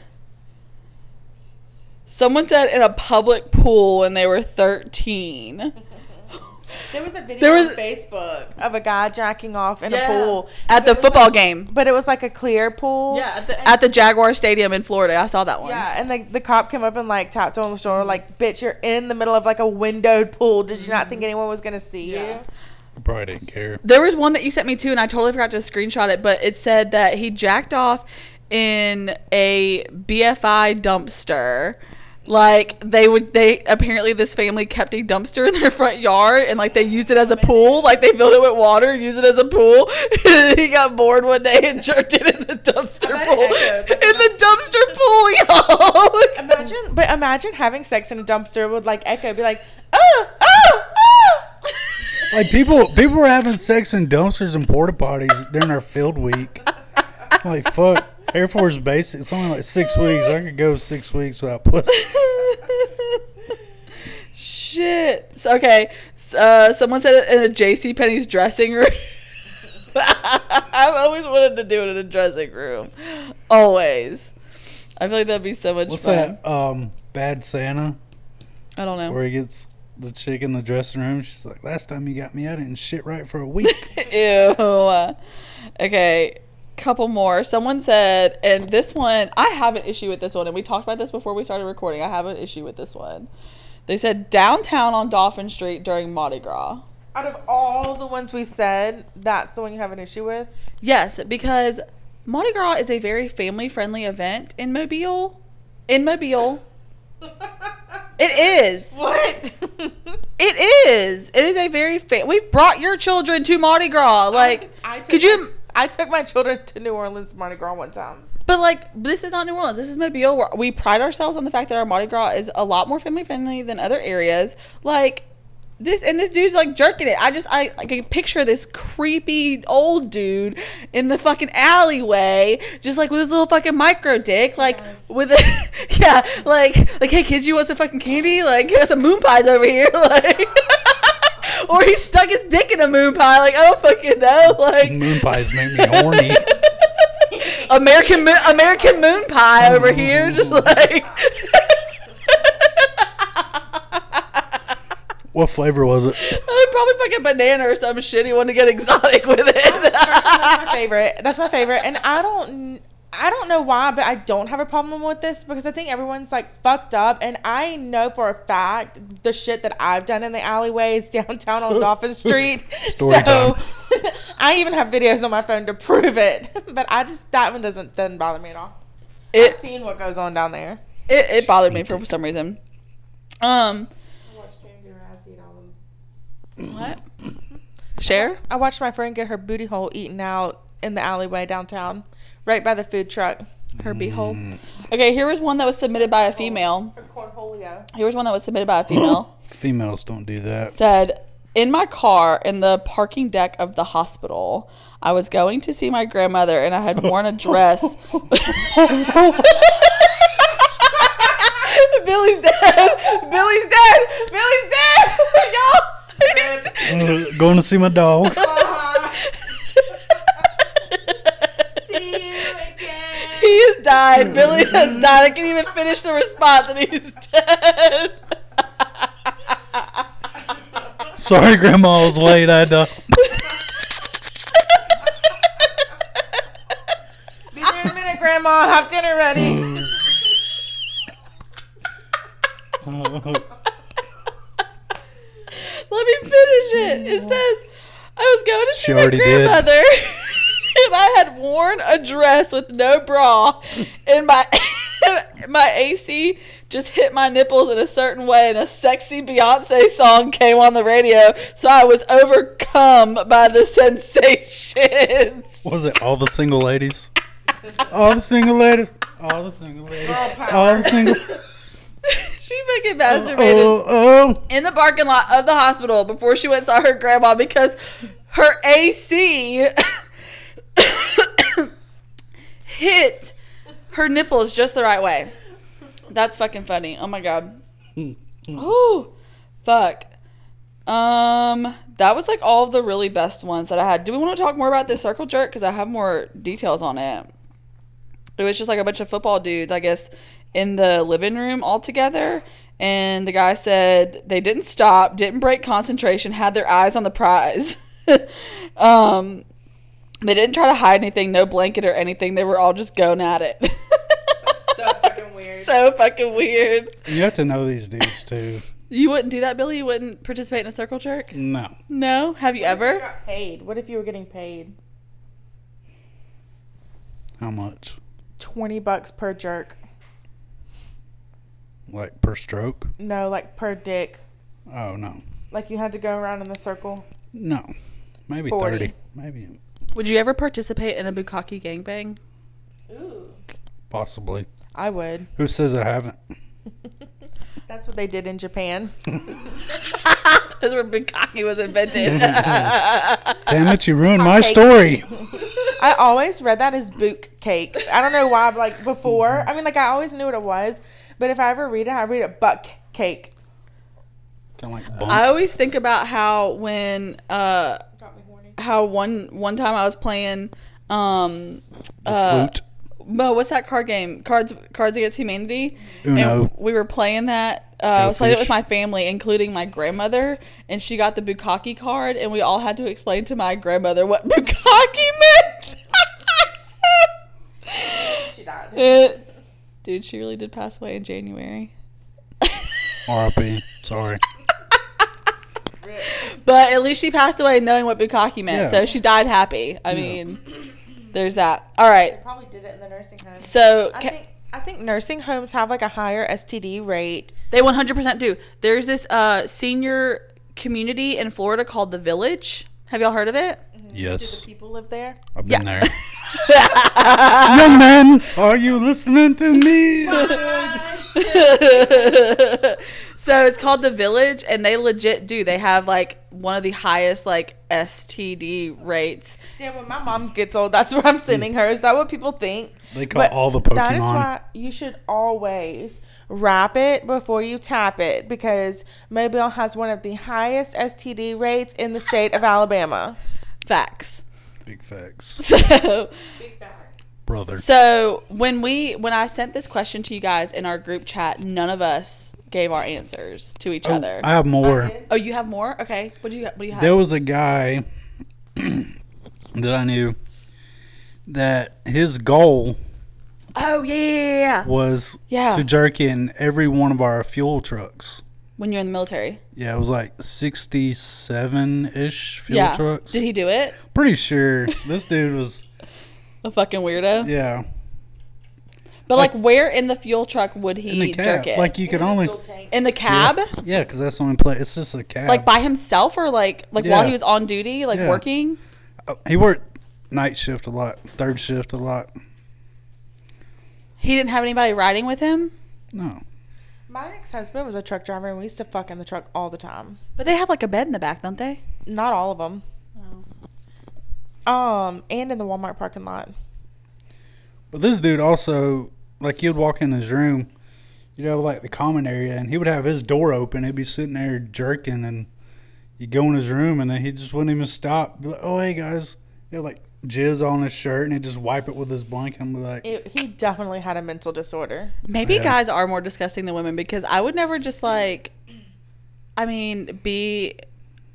[SPEAKER 1] Someone said in a public pool when they were 13.
[SPEAKER 3] There was a video
[SPEAKER 1] There was-
[SPEAKER 3] on Facebook of a guy jacking off in
[SPEAKER 1] Yeah.
[SPEAKER 3] a pool,
[SPEAKER 1] At the football game.
[SPEAKER 3] but it was like a clear pool.
[SPEAKER 1] Yeah, at the, at the Jaguar Stadium in Florida. I saw that one.
[SPEAKER 3] Yeah, and like the cop came up and like tapped on the shoulder, like, "Bitch, you're in the middle of like a windowed pool. Did you not think anyone was gonna see you?"
[SPEAKER 1] Yeah.
[SPEAKER 2] I probably didn't care.
[SPEAKER 1] There was one that you sent me too, and I totally forgot to screenshot it, but it said that he jacked off in a BFI dumpster. Like they would, they apparently this family kept a dumpster in their front yard, and like they used it as a pool. Like they filled it with water, and used it as a pool. he got bored one day and jerked it in the dumpster
[SPEAKER 3] bet it
[SPEAKER 1] pool.
[SPEAKER 3] echoed, like-
[SPEAKER 1] in the dumpster pool, y'all.
[SPEAKER 3] Imagine, but imagine having sex in a dumpster would like echo, be like,
[SPEAKER 1] Ah,
[SPEAKER 3] "Oh, oh, oh!"
[SPEAKER 2] Like people, people were having sex in dumpsters and porta potties during our field week. I'm like fuck, Air Force Base. It's only like six weeks. I could go six weeks without pussy.
[SPEAKER 1] Shit. So, okay. s- Uh, someone said it in a JC Penney's dressing room. I've always wanted to do it in a dressing room. Always. I feel like that'd be so much
[SPEAKER 2] What's
[SPEAKER 1] fun.
[SPEAKER 2] that? Um, Bad Santa,
[SPEAKER 1] I don't know.
[SPEAKER 2] where he gets the chick in the dressing room. She's like, "Last time you got me, I didn't shit right for a week."
[SPEAKER 1] Ew. Okay. Couple more. Someone said, and this one, I have an issue with this one, and we talked about this before we started recording. I have an issue with this one. They said downtown on Dolphin Street during Mardi Gras.
[SPEAKER 3] Out of all the ones we've said, that's the one you have an issue with.
[SPEAKER 1] Yes, because Mardi Gras is a very family friendly event in Mobile. In Mobile. It is.
[SPEAKER 3] What?
[SPEAKER 1] It is. It is a very fa- we've brought your children to Mardi Gras. Like
[SPEAKER 3] I took
[SPEAKER 1] could
[SPEAKER 3] My,
[SPEAKER 1] you
[SPEAKER 3] I took my children to New Orleans Mardi Gras one time.
[SPEAKER 1] but like this is not New Orleans. This is Mobile. We're, we pride ourselves on the fact that our Mardi Gras is a lot more family friendly than other areas. Like this and this dude's like jerking it. I just I, I can picture this creepy old dude in the fucking alleyway, just like with his little fucking micro dick, like with a yeah, like like hey kids, you want some fucking candy? Like got some moon pies over here, like. Or he stuck his dick in a moon pie, like I don't fucking know, like
[SPEAKER 2] Moon pies make me horny.
[SPEAKER 1] American mo- American moon pie over here, just like
[SPEAKER 2] What flavor was it?
[SPEAKER 1] probably fucking banana or some shit. He wanted to get exotic with
[SPEAKER 3] That's
[SPEAKER 1] it.
[SPEAKER 3] my favorite. That's my favorite. And I don't I don't know why, but I don't have a problem with this because I think everyone's like fucked up and I know for a fact the shit that I've done in the alleyways downtown on Dolphin Street.
[SPEAKER 2] Story time.
[SPEAKER 3] I even have videos on my phone to prove it. But I just that one doesn't doesn't bother me at all.
[SPEAKER 1] it
[SPEAKER 3] Seeing what goes on down there.
[SPEAKER 1] it, it bothered me for some reason. Um,
[SPEAKER 3] I watched Candy Razzie and all them.
[SPEAKER 1] what? Share?
[SPEAKER 3] I watched my friend get her booty hole eaten out in the alleyway downtown, right by the food truck.
[SPEAKER 1] Her beehole. Okay, here was one that was submitted by a female.
[SPEAKER 3] Her cornholio.
[SPEAKER 1] Here was one that was submitted by a female.
[SPEAKER 2] Females don't do that.
[SPEAKER 1] Said, in my car in the parking deck of the hospital, I was going to see my grandmother and I had worn a dress. Billy's dead. Billy's dead. Billy's dead. Y'all. he's dead.
[SPEAKER 2] Going to see my dog.
[SPEAKER 3] See you again.
[SPEAKER 1] He has died. Billy has died. I can't even finish the response, and he's dead.
[SPEAKER 2] Sorry, Grandma I was late. I had to.
[SPEAKER 3] Be there in a minute, Grandma. Have dinner ready.
[SPEAKER 1] Let me finish it. It says, I was going to see
[SPEAKER 2] She
[SPEAKER 1] my
[SPEAKER 2] already did.
[SPEAKER 1] grandmother, and I had worn a dress with no bra, and my my AC just hit my nipples in a certain way, and a sexy Beyonce song came on the radio, so I was overcome by the sensations.
[SPEAKER 2] What was it? All the single ladies. All the single ladies. All the single ladies. All the single.
[SPEAKER 1] she fucking masturbated.
[SPEAKER 2] Oh, oh.
[SPEAKER 1] in the parking lot of the hospital before she went and saw her grandma because her AC hit her nipples just the right way. That's fucking funny. Oh my god. Oh, fuck. Um, that was like all of the really best ones that I had. Do we want to talk more about the circle jerk? Because I have more details on it. It was just like a bunch of football dudes, I guess, in the living room all together. And the guy said they didn't stop, didn't break concentration, had their eyes on the prize. um, they didn't try to hide anything, no blanket or anything. They were all just going at it.
[SPEAKER 3] so fucking weird.
[SPEAKER 1] so fucking weird.
[SPEAKER 2] You have to know these dudes too.
[SPEAKER 1] You wouldn't do that, Billy? You wouldn't participate in a circle jerk?
[SPEAKER 2] No.
[SPEAKER 1] No? Have you
[SPEAKER 3] You
[SPEAKER 1] ever?
[SPEAKER 3] got paid. What if you were getting paid
[SPEAKER 2] How much?
[SPEAKER 3] twenty bucks per jerk?
[SPEAKER 2] Like per stroke?
[SPEAKER 3] No, like per dick.
[SPEAKER 2] Oh no.
[SPEAKER 3] Like you had to go around in the circle.
[SPEAKER 2] No. Maybe
[SPEAKER 3] 40.
[SPEAKER 2] thirty. Maybe
[SPEAKER 1] Would you ever participate in a bukkake gangbang?
[SPEAKER 3] Ooh.
[SPEAKER 2] possibly.
[SPEAKER 3] I would.
[SPEAKER 2] Who says I haven't?
[SPEAKER 3] That's what they did in Japan.
[SPEAKER 1] That's where bukkake was invented.
[SPEAKER 2] Damn it, you ruined my
[SPEAKER 3] cake.
[SPEAKER 2] story.
[SPEAKER 3] I always read that as book cake. I don't know why. but, Like before, I mean, like I always knew what it was, but if I ever read it, I read it buck cake.
[SPEAKER 2] Kind of like
[SPEAKER 1] I
[SPEAKER 2] bumped.
[SPEAKER 1] always think about how when uh
[SPEAKER 3] Got me horny.
[SPEAKER 1] how one one time I was playing um
[SPEAKER 2] the
[SPEAKER 1] uh
[SPEAKER 2] flute.
[SPEAKER 1] Mo, what's that card game? Cards Cards Against Humanity.
[SPEAKER 2] Uno.
[SPEAKER 1] And we were playing that. Uh, I was playing it with
[SPEAKER 2] Goldfish.
[SPEAKER 1] my family, including my grandmother, and she got the bukkake card, and we all had to explain to my grandmother what bukkake meant.
[SPEAKER 3] She died.
[SPEAKER 1] It- dude, she really did pass away in January.
[SPEAKER 2] RIP. Sorry.
[SPEAKER 1] But at least she passed away knowing what bukkake meant,
[SPEAKER 2] Yeah.
[SPEAKER 1] so she died happy. I mean, there's that. All right.
[SPEAKER 3] Probably did it in the nursing home.
[SPEAKER 1] So
[SPEAKER 3] I
[SPEAKER 1] ca-
[SPEAKER 3] think I think nursing homes have like a higher STD rate.
[SPEAKER 1] They 100% do. There's this uh, senior community in Florida called The Village. Have y'all heard of it?
[SPEAKER 2] Yes.
[SPEAKER 3] People live there.
[SPEAKER 2] I've been there. Young man, are you listening to me?
[SPEAKER 1] so it's called The Village, and they legit do. They have like one of the highest like STD rates.
[SPEAKER 3] Damn, when my mom gets old, that's where I'm sending her. Is that what people think?
[SPEAKER 2] They caught all the Pokemon.
[SPEAKER 3] That is why you should always wrap it before you tap it because Mobile has one of the highest STD rates in the state of Alabama.
[SPEAKER 1] Facts.
[SPEAKER 2] Big facts,
[SPEAKER 1] So
[SPEAKER 2] brother.
[SPEAKER 1] So when we when I sent this question to you guys in our group chat, none of us gave our answers to each other.
[SPEAKER 2] I have more.
[SPEAKER 1] oh, you have more? Okay. What do you what do you have?
[SPEAKER 2] There was a guy that I knew that his goal
[SPEAKER 1] oh yeah, yeah, yeah, yeah.
[SPEAKER 2] was
[SPEAKER 1] Yeah.
[SPEAKER 2] to jerk in every one of our fuel trucks.
[SPEAKER 1] When you're in the military.
[SPEAKER 2] Yeah, it was like 67 ish fuel
[SPEAKER 1] yeah.
[SPEAKER 2] trucks.
[SPEAKER 1] Did he do it?
[SPEAKER 2] Pretty sure this dude was,
[SPEAKER 1] A fucking weirdo.
[SPEAKER 2] yeah.
[SPEAKER 1] But like, where in the fuel truck would he
[SPEAKER 2] in the
[SPEAKER 1] jerk
[SPEAKER 2] cab.
[SPEAKER 1] it?
[SPEAKER 2] Like you could only,
[SPEAKER 1] in the cab,
[SPEAKER 2] yeah, because that's the only place. It's just a cab.
[SPEAKER 1] like by himself, or like like while
[SPEAKER 2] Yeah.
[SPEAKER 1] he was on duty, like
[SPEAKER 2] Yeah.
[SPEAKER 1] working.
[SPEAKER 2] Oh, he worked night shift a lot, third shift a lot.
[SPEAKER 1] He didn't have anybody riding with him.
[SPEAKER 2] No,
[SPEAKER 3] My ex husband was a truck driver, and we used to fuck in the truck all the time.
[SPEAKER 1] But they have like a bed in the back, don't they?
[SPEAKER 3] Not all of them. Um, and in the Walmart parking lot.
[SPEAKER 2] but this dude also like he would walk in his room, you know, like the common area, and he would have his door open. He'd be sitting there jerking, and you go in his room, and then he just wouldn't even stop. Be like, oh hey guys, he had like jizz on his shirt, and he'd just wipe it with his blanket. and be like,
[SPEAKER 3] It, he definitely had a mental disorder.
[SPEAKER 1] Maybe
[SPEAKER 2] Yeah.
[SPEAKER 1] guys are more disgusting than women because I would never just like. I mean, be.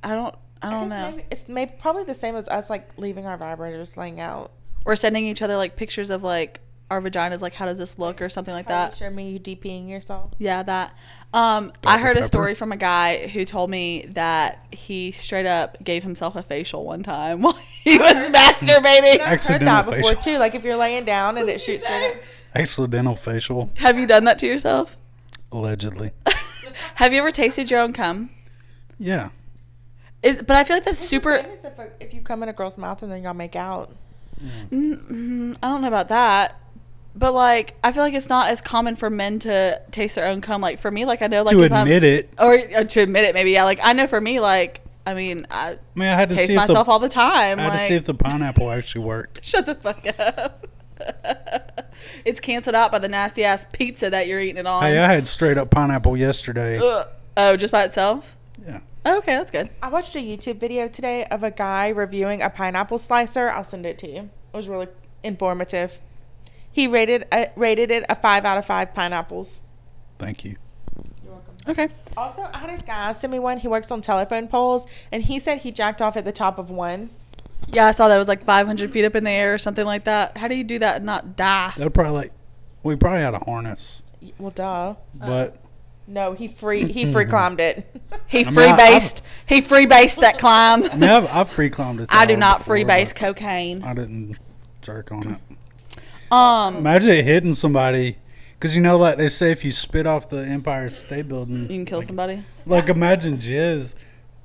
[SPEAKER 1] I don't. I don't know.
[SPEAKER 3] It's maybe, it's maybe probably the same as us, like leaving our vibrators laying out.
[SPEAKER 1] Or sending each other like pictures of like our vaginas, like how does this look, or something like
[SPEAKER 3] That
[SPEAKER 1] that.
[SPEAKER 3] show me you DPing yourself.
[SPEAKER 1] Yeah, that. Um, I heard a
[SPEAKER 2] Pepper.
[SPEAKER 1] story from a guy who told me that he straight up gave himself a facial one time while he was masturbating.
[SPEAKER 3] I've heard
[SPEAKER 2] Accidental
[SPEAKER 3] that before
[SPEAKER 2] facial.
[SPEAKER 3] too. Like if you're laying down and it shoots straight. up.
[SPEAKER 2] accidental facial,
[SPEAKER 1] Have you done that to yourself?
[SPEAKER 2] allegedly.
[SPEAKER 1] Have you ever tasted your own cum?
[SPEAKER 2] yeah.
[SPEAKER 1] Is but I feel like that's
[SPEAKER 3] It's the
[SPEAKER 1] super.
[SPEAKER 3] same as If, a- if you come in a girl's mouth and then y'all make out.
[SPEAKER 1] Mm, I don't know about that, but like I feel like it's not as common for men to taste their own cum. Like for me, like I know like
[SPEAKER 2] to
[SPEAKER 1] if I'm-
[SPEAKER 2] admit it.
[SPEAKER 1] or, or to admit it, maybe yeah. Like I know for me, like I mean I
[SPEAKER 2] I mean, I had to
[SPEAKER 1] taste
[SPEAKER 2] see if the,
[SPEAKER 1] myself all the time.
[SPEAKER 2] I had
[SPEAKER 1] like,
[SPEAKER 2] to see if the pineapple actually worked.
[SPEAKER 1] Shut the fuck up. it's canceled out by the nasty ass pizza that you're eating it on.
[SPEAKER 2] Hey, I had straight up pineapple yesterday.
[SPEAKER 1] Ugh. Oh, just by itself? Oh,
[SPEAKER 2] Yeah.
[SPEAKER 1] okay, that's good.
[SPEAKER 3] I watched a YouTube video today of a guy reviewing a pineapple slicer. I'll send it to you. It was really informative. He rated uh, rated it a five out of five pineapples.
[SPEAKER 2] Thank you.
[SPEAKER 3] You're welcome.
[SPEAKER 1] Okay.
[SPEAKER 3] Also, I had a guy send me one. He works on telephone poles, and he said he jacked off at the top of one.
[SPEAKER 1] Yeah, I saw that it was like 500 feet up in the air or something like that. How do you do that and not die?
[SPEAKER 2] That probably like we probably had a harness,
[SPEAKER 3] Y- Well, duh.
[SPEAKER 1] Uh.
[SPEAKER 2] but
[SPEAKER 3] No, he free he free climbed it.
[SPEAKER 1] He
[SPEAKER 2] I'm
[SPEAKER 1] free
[SPEAKER 2] not- I'm-
[SPEAKER 1] based. He free based that climb.
[SPEAKER 2] I mean, I've, I've free climbed it.
[SPEAKER 1] I do not free base cocaine.
[SPEAKER 2] I didn't jerk on it.
[SPEAKER 1] Um,
[SPEAKER 2] Imagine it hitting somebody, because you know, like they say, if you spit off the Empire State Building,
[SPEAKER 1] you can kill
[SPEAKER 2] like,
[SPEAKER 1] somebody.
[SPEAKER 2] Like imagine jizz,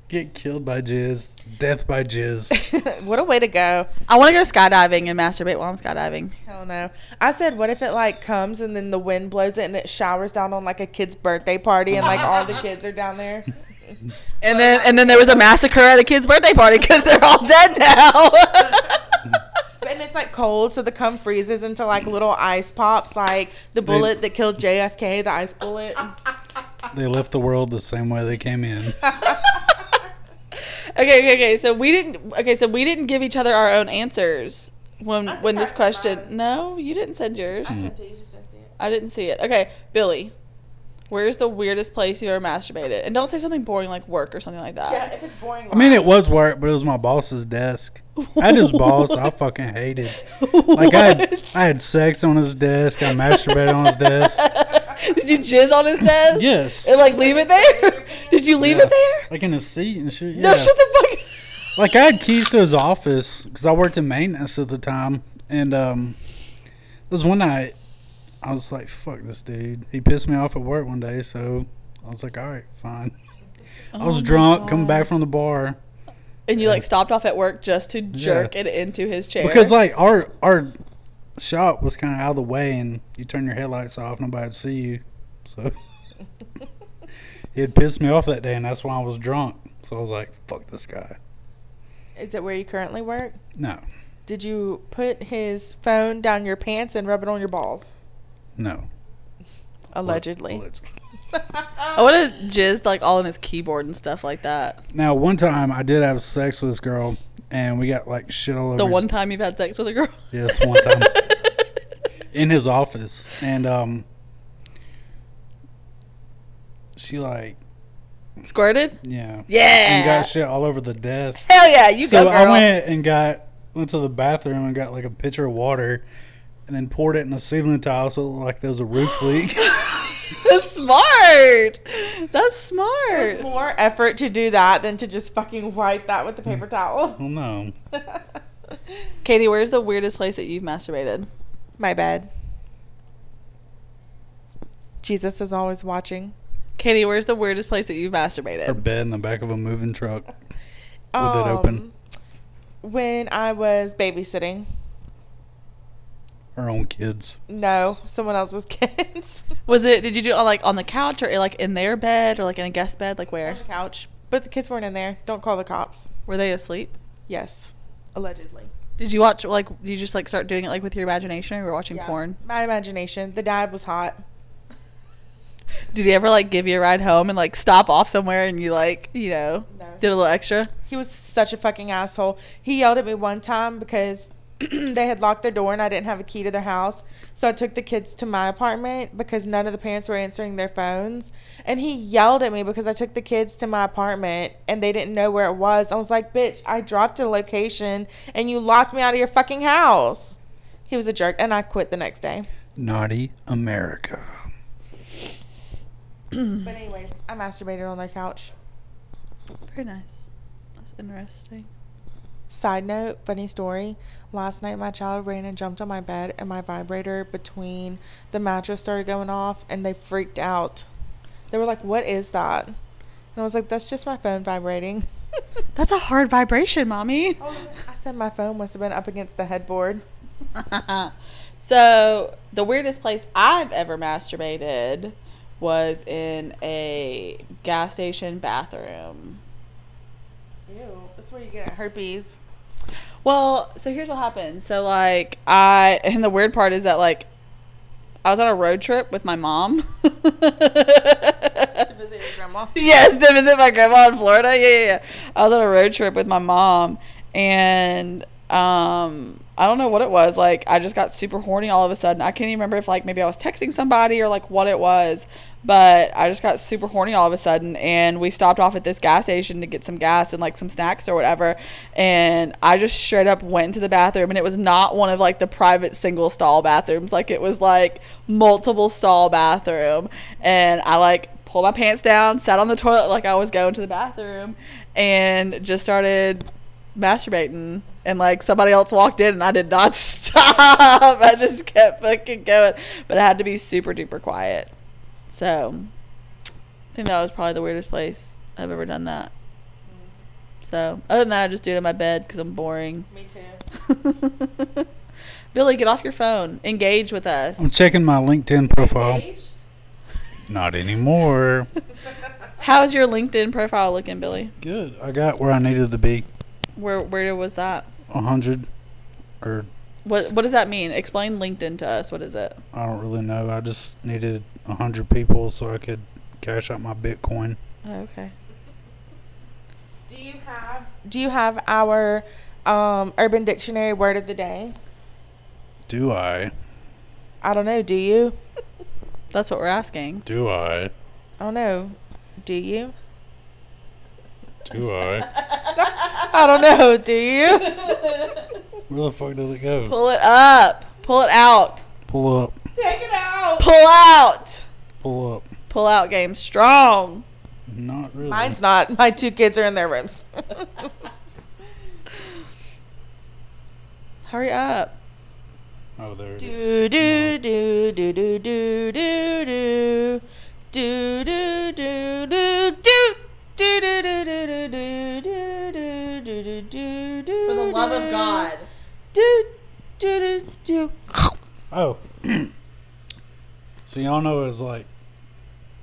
[SPEAKER 2] get killed by jizz, death by jizz.
[SPEAKER 3] what a way to go.
[SPEAKER 1] I want to go skydiving and masturbate while I'm skydiving.
[SPEAKER 3] Hell no. I said, what if it like comes and then the wind blows it and it showers down on like a kid's birthday party and like all the kids are down there?
[SPEAKER 1] And then and then there was a massacre at a kid's birthday party because they're all dead now.
[SPEAKER 3] And it's like cold, so the cum freezes into like little ice pops, like the bullet that killed JFK, the ice bullet.
[SPEAKER 2] they left the world the same way they came in.
[SPEAKER 1] Okay, okay, okay. So we didn't. Okay, so we didn't give each other our own answers when when this question. No, you didn't send yours.
[SPEAKER 2] Mm.
[SPEAKER 1] I didn't see it. Okay, Billy, where's the weirdest place you ever masturbated? And don't say something boring like work or something like that.
[SPEAKER 3] Yeah, if it's boring.
[SPEAKER 2] I mean, it was work, but it was my boss's desk. I had his boss I fucking hated. Like I had, I had sex on his desk. I masturbated on his desk.
[SPEAKER 1] Did you jizz on his desk?
[SPEAKER 2] Yes.
[SPEAKER 1] And like leave it there? Did you leave
[SPEAKER 2] Yeah.
[SPEAKER 1] it there?
[SPEAKER 2] Like in his seat and shit. Yeah.
[SPEAKER 1] No, shut the fuck.
[SPEAKER 2] like I had keys to his office because I worked in maintenance at the time, and um, this one night I was like, "Fuck this dude." He pissed me off at work one day, so I was like, "All right, fine." I
[SPEAKER 1] Oh
[SPEAKER 2] was drunk, coming back from the bar
[SPEAKER 1] And you like stopped off at work just to jerk it into his chair.
[SPEAKER 2] because like our our shop was kind of out of the way, and you turn your headlights off, nobody would see you, so. He had pissed me off that day, and that's why I was drunk. So I was like, "Fuck this guy."
[SPEAKER 3] Is it where you currently work?
[SPEAKER 2] No,
[SPEAKER 3] Did you put his phone down your pants and rub it on your balls?
[SPEAKER 2] no.
[SPEAKER 3] Allegedly.
[SPEAKER 2] Allegedly.
[SPEAKER 1] I would have jizzed like all in his keyboard and stuff like that.
[SPEAKER 2] Now, one time I did have sex with this girl, and we got like shit all over.
[SPEAKER 1] The
[SPEAKER 2] his-
[SPEAKER 1] one time you've had sex with a girl.
[SPEAKER 2] Yes, one time in his office, and um, she like
[SPEAKER 1] Squirted?
[SPEAKER 2] yeah, and got
[SPEAKER 1] Yeah.
[SPEAKER 2] shit all over the desk.
[SPEAKER 1] Hell yeah, you
[SPEAKER 2] so
[SPEAKER 1] go, girl.
[SPEAKER 2] I went and got went to the bathroom and got like a pitcher of water, and then poured it in the ceiling tile so it looked like there was a roof leak.
[SPEAKER 1] That's smart. That's smart.
[SPEAKER 3] It's more effort to do that than to just fucking wipe that with the paper towel.
[SPEAKER 2] oh no!
[SPEAKER 1] Katie, where's the weirdest place that you've masturbated?
[SPEAKER 3] My bed. Jesus is always watching.
[SPEAKER 1] Katie, where's the weirdest place that you've
[SPEAKER 2] Her
[SPEAKER 1] masturbated?
[SPEAKER 2] bed in the back of a moving truck with it open.
[SPEAKER 3] Um, When I was babysitting.
[SPEAKER 2] Her own kids.
[SPEAKER 3] No, someone else's kids.
[SPEAKER 1] Was it? Did you do it on, like on the couch or like in their bed or like in a guest bed? Like where?
[SPEAKER 3] Couch. But the kids weren't in there. Don't call the cops.
[SPEAKER 1] Were they asleep?
[SPEAKER 3] Yes. Allegedly.
[SPEAKER 1] Did you watch like? Did you just like start doing it like with your imagination? Or you were watching porn.
[SPEAKER 3] My imagination. The dad was hot.
[SPEAKER 1] Did he ever like give you a ride home and like stop off somewhere and you like you know
[SPEAKER 3] No.
[SPEAKER 1] did a little extra?
[SPEAKER 3] He was such a fucking asshole. He yelled at me one time because they had locked their door and I didn't have a key to their house. So I took the kids to my apartment because none of the parents were answering their phones. And he yelled at me because I took the kids to my apartment and they didn't know where it was. I was like, bitch, I dropped a location and you locked me out of your fucking house. He was a jerk and I quit the next day.
[SPEAKER 2] Naughty America.
[SPEAKER 3] But, anyways, I masturbated on their couch.
[SPEAKER 1] Very nice. That's interesting.
[SPEAKER 3] Side note, funny story. Last night, my child ran and jumped on my bed, and my vibrator between the mattress started going off, and they freaked out. They were like, What is that? And I was like, That's just my phone vibrating.
[SPEAKER 1] That's a hard vibration, mommy.
[SPEAKER 3] I said, My phone must have been up against the headboard.
[SPEAKER 1] so the weirdest place I've ever masturbated was in a gas station bathroom.
[SPEAKER 3] Ew, that's where you get herpes.
[SPEAKER 1] Well, so here's what happened. So like I and the weird part is that like I was on a road trip with my mom.
[SPEAKER 3] To visit your grandma.
[SPEAKER 1] yes, to visit my grandma in Florida. Yeah, yeah, yeah. I was on a road trip with my mom, and um, I don't know what it was. Like, I just got super horny all of a sudden. I can't even remember if like maybe I was texting somebody or like what it was, but I just got super horny all of a sudden. And we stopped off at this gas station to get some gas and like some snacks or whatever. And I just straight up went to the bathroom, and it was not one of like the private single stall bathrooms. Like it was like multiple stall bathroom, and I like pulled my pants down, sat on the toilet like I was going to the bathroom, and just started masturbating. And like somebody else walked in, and I did not stop. I just kept fucking going, but I had to be super duper quiet. So I think that was probably the weirdest place I've ever done that. So other than that, I just do it in my bed because I'm boring.
[SPEAKER 3] Me too.
[SPEAKER 1] Billy, get off your phone. Engage with us.
[SPEAKER 2] I'm checking my LinkedIn profile. Not anymore.
[SPEAKER 1] How's your LinkedIn profile looking, Billy?
[SPEAKER 2] Good. I got where I needed to be.
[SPEAKER 1] Where where was that?
[SPEAKER 2] 100 or
[SPEAKER 1] What What does that mean? Explain LinkedIn to us. What is it?
[SPEAKER 2] I don't really know. I just needed 100 people so I could cash out my Bitcoin.
[SPEAKER 1] Oh, okay.
[SPEAKER 3] Do you have Do you have our um, Urban Dictionary word of the day?
[SPEAKER 2] Do I?
[SPEAKER 3] I don't know. Do you?
[SPEAKER 1] That's what we're asking.
[SPEAKER 2] Do I?
[SPEAKER 3] I don't know. Do you?
[SPEAKER 2] Do I?
[SPEAKER 3] I don't know. Do you?
[SPEAKER 2] Where the fuck does it go?
[SPEAKER 1] Pull it up. Pull it out.
[SPEAKER 2] Pull up.
[SPEAKER 3] Take it out.
[SPEAKER 1] Pull out.
[SPEAKER 2] Pull up.
[SPEAKER 1] Pull out game strong.
[SPEAKER 2] Not really.
[SPEAKER 3] Mine's not. My two kids are in their rooms.
[SPEAKER 1] Hurry up.
[SPEAKER 2] oh, there it is.
[SPEAKER 3] do do do do do do do do do do do do do. Do, do, do, do, do, do, do, do, do, do, do, do, do. Do, do, do, do.
[SPEAKER 2] Oh. so y'all know it was like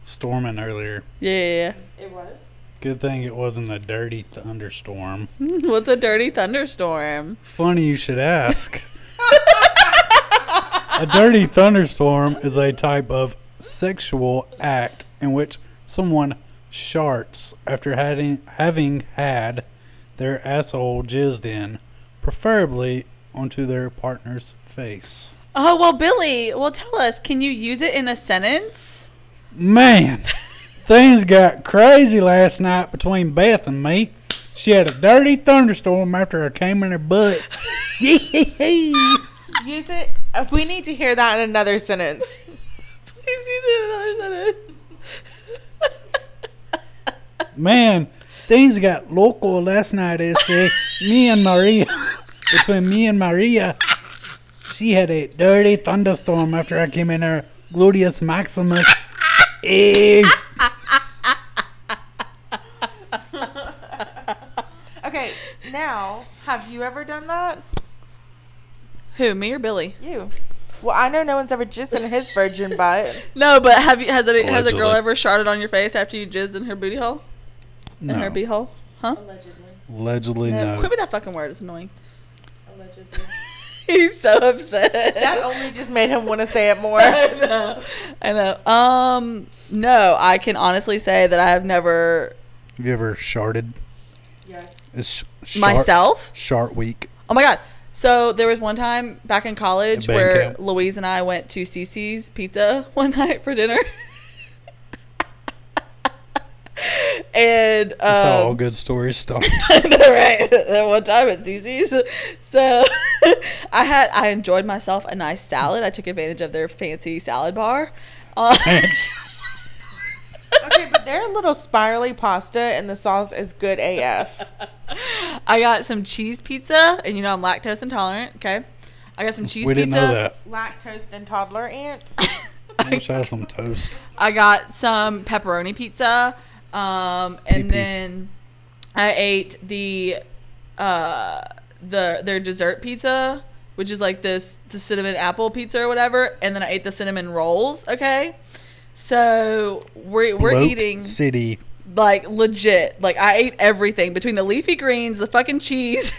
[SPEAKER 2] storming earlier.
[SPEAKER 1] Yeah. yeah,
[SPEAKER 3] It was.
[SPEAKER 2] Good thing it wasn't a dirty thunderstorm.
[SPEAKER 1] yeah. What's a dirty thunderstorm?
[SPEAKER 2] Funny you should ask. a dirty thunderstorm is a type of sexual act in which someone sharts after having, having had their asshole jizzed in, preferably onto their partner's face.
[SPEAKER 1] Oh well, Billy. Well, tell us. Can you use it in a sentence?
[SPEAKER 2] Man, things got crazy last night between Beth and me. She had a dirty thunderstorm after I came in her butt.
[SPEAKER 3] Use it. uh, We need to hear that in another sentence.
[SPEAKER 1] Please use it in another sentence.
[SPEAKER 2] Man, things got local last night. They say me and Maria, between me and Maria, she had a dirty thunderstorm after I came in her gluteus maximus. Eh, Egg.
[SPEAKER 3] Okay, now, have you ever done that?
[SPEAKER 1] Who, me or Billy?
[SPEAKER 3] You. Well, I know no one's ever jizzed in his virgin butt.
[SPEAKER 1] No, but have you has a has a girl
[SPEAKER 4] Allegedly.
[SPEAKER 1] ever sharded on your face after you jizzed in her booty hole? In her
[SPEAKER 2] No.
[SPEAKER 1] bee hole? Huh?
[SPEAKER 3] Allegedly.
[SPEAKER 2] Allegedly,
[SPEAKER 1] No.
[SPEAKER 2] no.
[SPEAKER 1] Quit with that fucking word, it's annoying.
[SPEAKER 3] Allegedly.
[SPEAKER 1] He's so upset.
[SPEAKER 3] That only just made him want to say it more.
[SPEAKER 1] I know. I know. Um, no, I can honestly say that I have never
[SPEAKER 2] Have you ever sharded?
[SPEAKER 3] Yes.
[SPEAKER 2] It's sh- shart-
[SPEAKER 1] myself.
[SPEAKER 2] Shart week.
[SPEAKER 1] Oh my god. So there was one time back in college
[SPEAKER 2] At band
[SPEAKER 1] where
[SPEAKER 2] camp.
[SPEAKER 1] Louise and I went to Cece's Pizza one night for dinner. and um,
[SPEAKER 2] That's how all good stories start.
[SPEAKER 1] I know, right? That one time at Cece's. So I had I enjoyed myself a nice salad. I took advantage of their fancy salad bar. Uh,
[SPEAKER 3] Okay, but their little spirally pasta and the sauce is good AF.
[SPEAKER 1] I got some cheese pizza, and you know I'm lactose intolerant. Okay, I got some cheese
[SPEAKER 2] we
[SPEAKER 1] pizza.
[SPEAKER 2] didn't know that.
[SPEAKER 3] Lactose and toddler aunt.
[SPEAKER 2] I wish I had some toast.
[SPEAKER 1] I got some pepperoni pizza, um, and
[SPEAKER 2] PP.
[SPEAKER 1] then I ate the uh, the their dessert pizza, which is like this the cinnamon apple pizza or whatever, and then I ate the cinnamon rolls. Okay, so we're we're
[SPEAKER 2] Bloat
[SPEAKER 1] eating
[SPEAKER 2] City.
[SPEAKER 1] like legit. Like I ate everything between the leafy greens, the fucking cheese,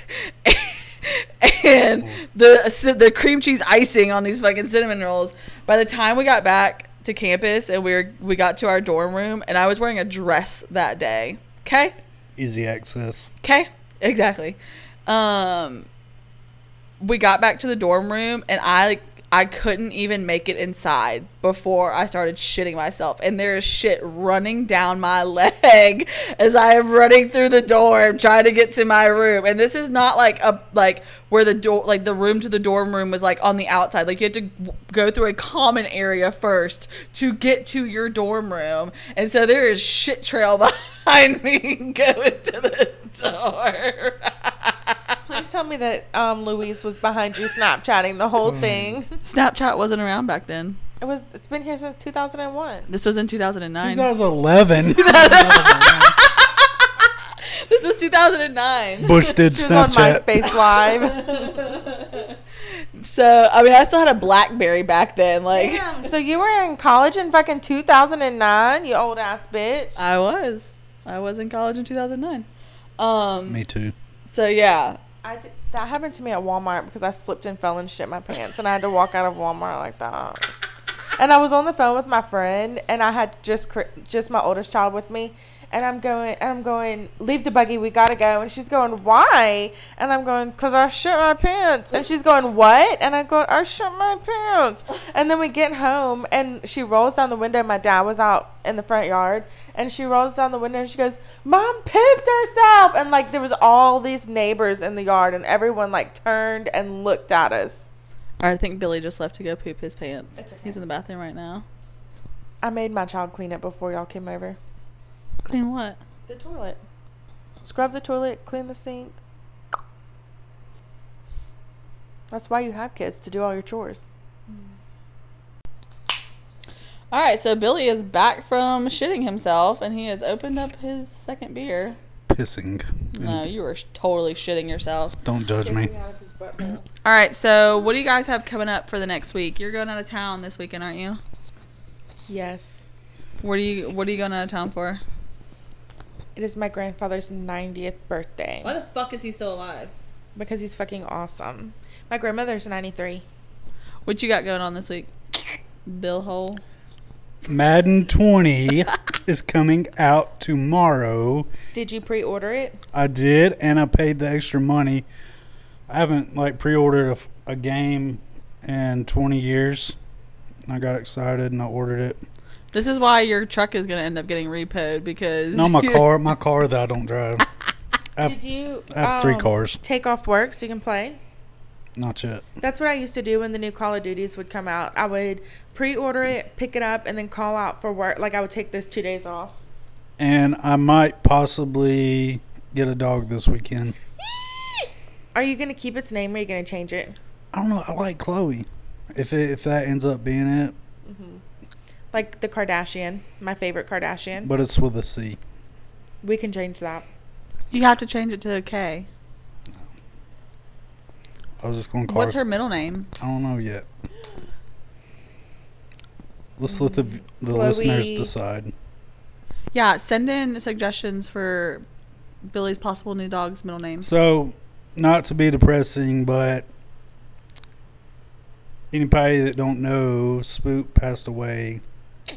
[SPEAKER 1] and the the cream cheese icing on these fucking cinnamon rolls. By the time we got back to campus and we were, we got to our dorm room, and I was wearing a dress that day. Okay,
[SPEAKER 2] Easy access.
[SPEAKER 1] okay, exactly. Um, we got back to the dorm room, and I like. I couldn't even make it inside before I started shitting myself. And there is shit running down my leg as I am running through the dorm trying to get to my room. And this is not like a like where the door like the room to the dorm room was like on the outside. Like you had to w- go through a common area first to get to your dorm room. And so there is shit trail behind me going to the door.
[SPEAKER 3] Please tell me that um, Louise was behind you Snapchatting the whole thing.
[SPEAKER 1] Snapchat wasn't around back then.
[SPEAKER 3] It was. It's been here since 2001.
[SPEAKER 1] This was in 2009.
[SPEAKER 2] 2011.
[SPEAKER 1] This was 2009.
[SPEAKER 2] Bush did
[SPEAKER 3] She was on
[SPEAKER 2] Snapchat.
[SPEAKER 3] MySpace Live.
[SPEAKER 1] So, I mean, I still had a Blackberry back then. Like,
[SPEAKER 3] Damn, so you were in college in fucking 2009, you old ass bitch.
[SPEAKER 1] I was. I was in college in 2009. Um,
[SPEAKER 2] Me too.
[SPEAKER 1] so, yeah.
[SPEAKER 3] I did, that happened to me at Walmart because I slipped and fell and shit my pants, and I had to walk out of Walmart like that. And I was on the phone with my friend, and I had just cr- just my oldest child with me, and I'm going, and I'm going, leave the buggy, we gotta go, and she's going, why? And I'm going, cause I shit my pants, and she's going, what? And I go, I shit my pants. And then we get home, and she rolls down the window. My dad was out in the front yard, and she rolls down the window, and she goes, mom pooped herself, and like there was all these neighbors in the yard, and everyone like turned and looked at us.
[SPEAKER 1] All right, I think Billy just left to go poop his pants. He's in the bathroom right now.
[SPEAKER 3] I made my child clean it before y'all came over.
[SPEAKER 1] Clean what?
[SPEAKER 3] The toilet. Scrub the toilet, clean the sink. That's why you have kids to do all your chores.
[SPEAKER 1] All right, so Billy is back from shitting himself, and he has opened up his second beer.
[SPEAKER 2] Pissing.
[SPEAKER 1] No, you were totally shitting yourself.
[SPEAKER 2] Don't judge me.
[SPEAKER 1] All right, so what do you guys have coming up for the next week? You're going out of town this weekend, aren't you?
[SPEAKER 3] Yes.
[SPEAKER 1] What are you What are you going out of town for?
[SPEAKER 3] It is my grandfather's 90th birthday
[SPEAKER 1] the fuck is he still alive?
[SPEAKER 3] because he's fucking awesome. My grandmother's 93.
[SPEAKER 1] What you got going on this week? Bill Hole.
[SPEAKER 2] Madden 20 is coming out tomorrow.
[SPEAKER 3] Did you pre order it?
[SPEAKER 2] I did, and I paid the extra money. I haven't like pre-ordered a, f- a game in 20 years. And I got excited and I ordered it.
[SPEAKER 1] This is why your truck is gonna end up getting repoed because
[SPEAKER 2] No, my
[SPEAKER 1] you're-
[SPEAKER 2] car, my car that I don't drive. I have,
[SPEAKER 3] Did you?
[SPEAKER 2] I have
[SPEAKER 1] Oh.
[SPEAKER 2] three
[SPEAKER 3] um,
[SPEAKER 2] cars.
[SPEAKER 3] Take off work so you can play?
[SPEAKER 2] Not yet.
[SPEAKER 3] That's what I used to do when the new Call of Duties would come out. I would pre order it, pick it up, and then call out for work. Like I would take those two days off.
[SPEAKER 2] And I might possibly get a dog this weekend.
[SPEAKER 3] Are you going to keep its name or are you going to change it?
[SPEAKER 2] I don't know. I like Chloe. If it, if that ends up being it,
[SPEAKER 3] Like the Kardashian, my favorite Kardashian.
[SPEAKER 2] But it's with a C.
[SPEAKER 3] We can change that.
[SPEAKER 1] You have to change it to a K.
[SPEAKER 2] I was just going to call
[SPEAKER 1] What's
[SPEAKER 2] her.
[SPEAKER 1] her middle name?
[SPEAKER 2] I don't know yet. Let's let the v- the
[SPEAKER 3] Chloe.
[SPEAKER 2] listeners decide.
[SPEAKER 1] Yeah, send in suggestions for Billy's possible new dog's middle name.
[SPEAKER 2] So, not to be depressing, but anybody that don't know, Spook passed away a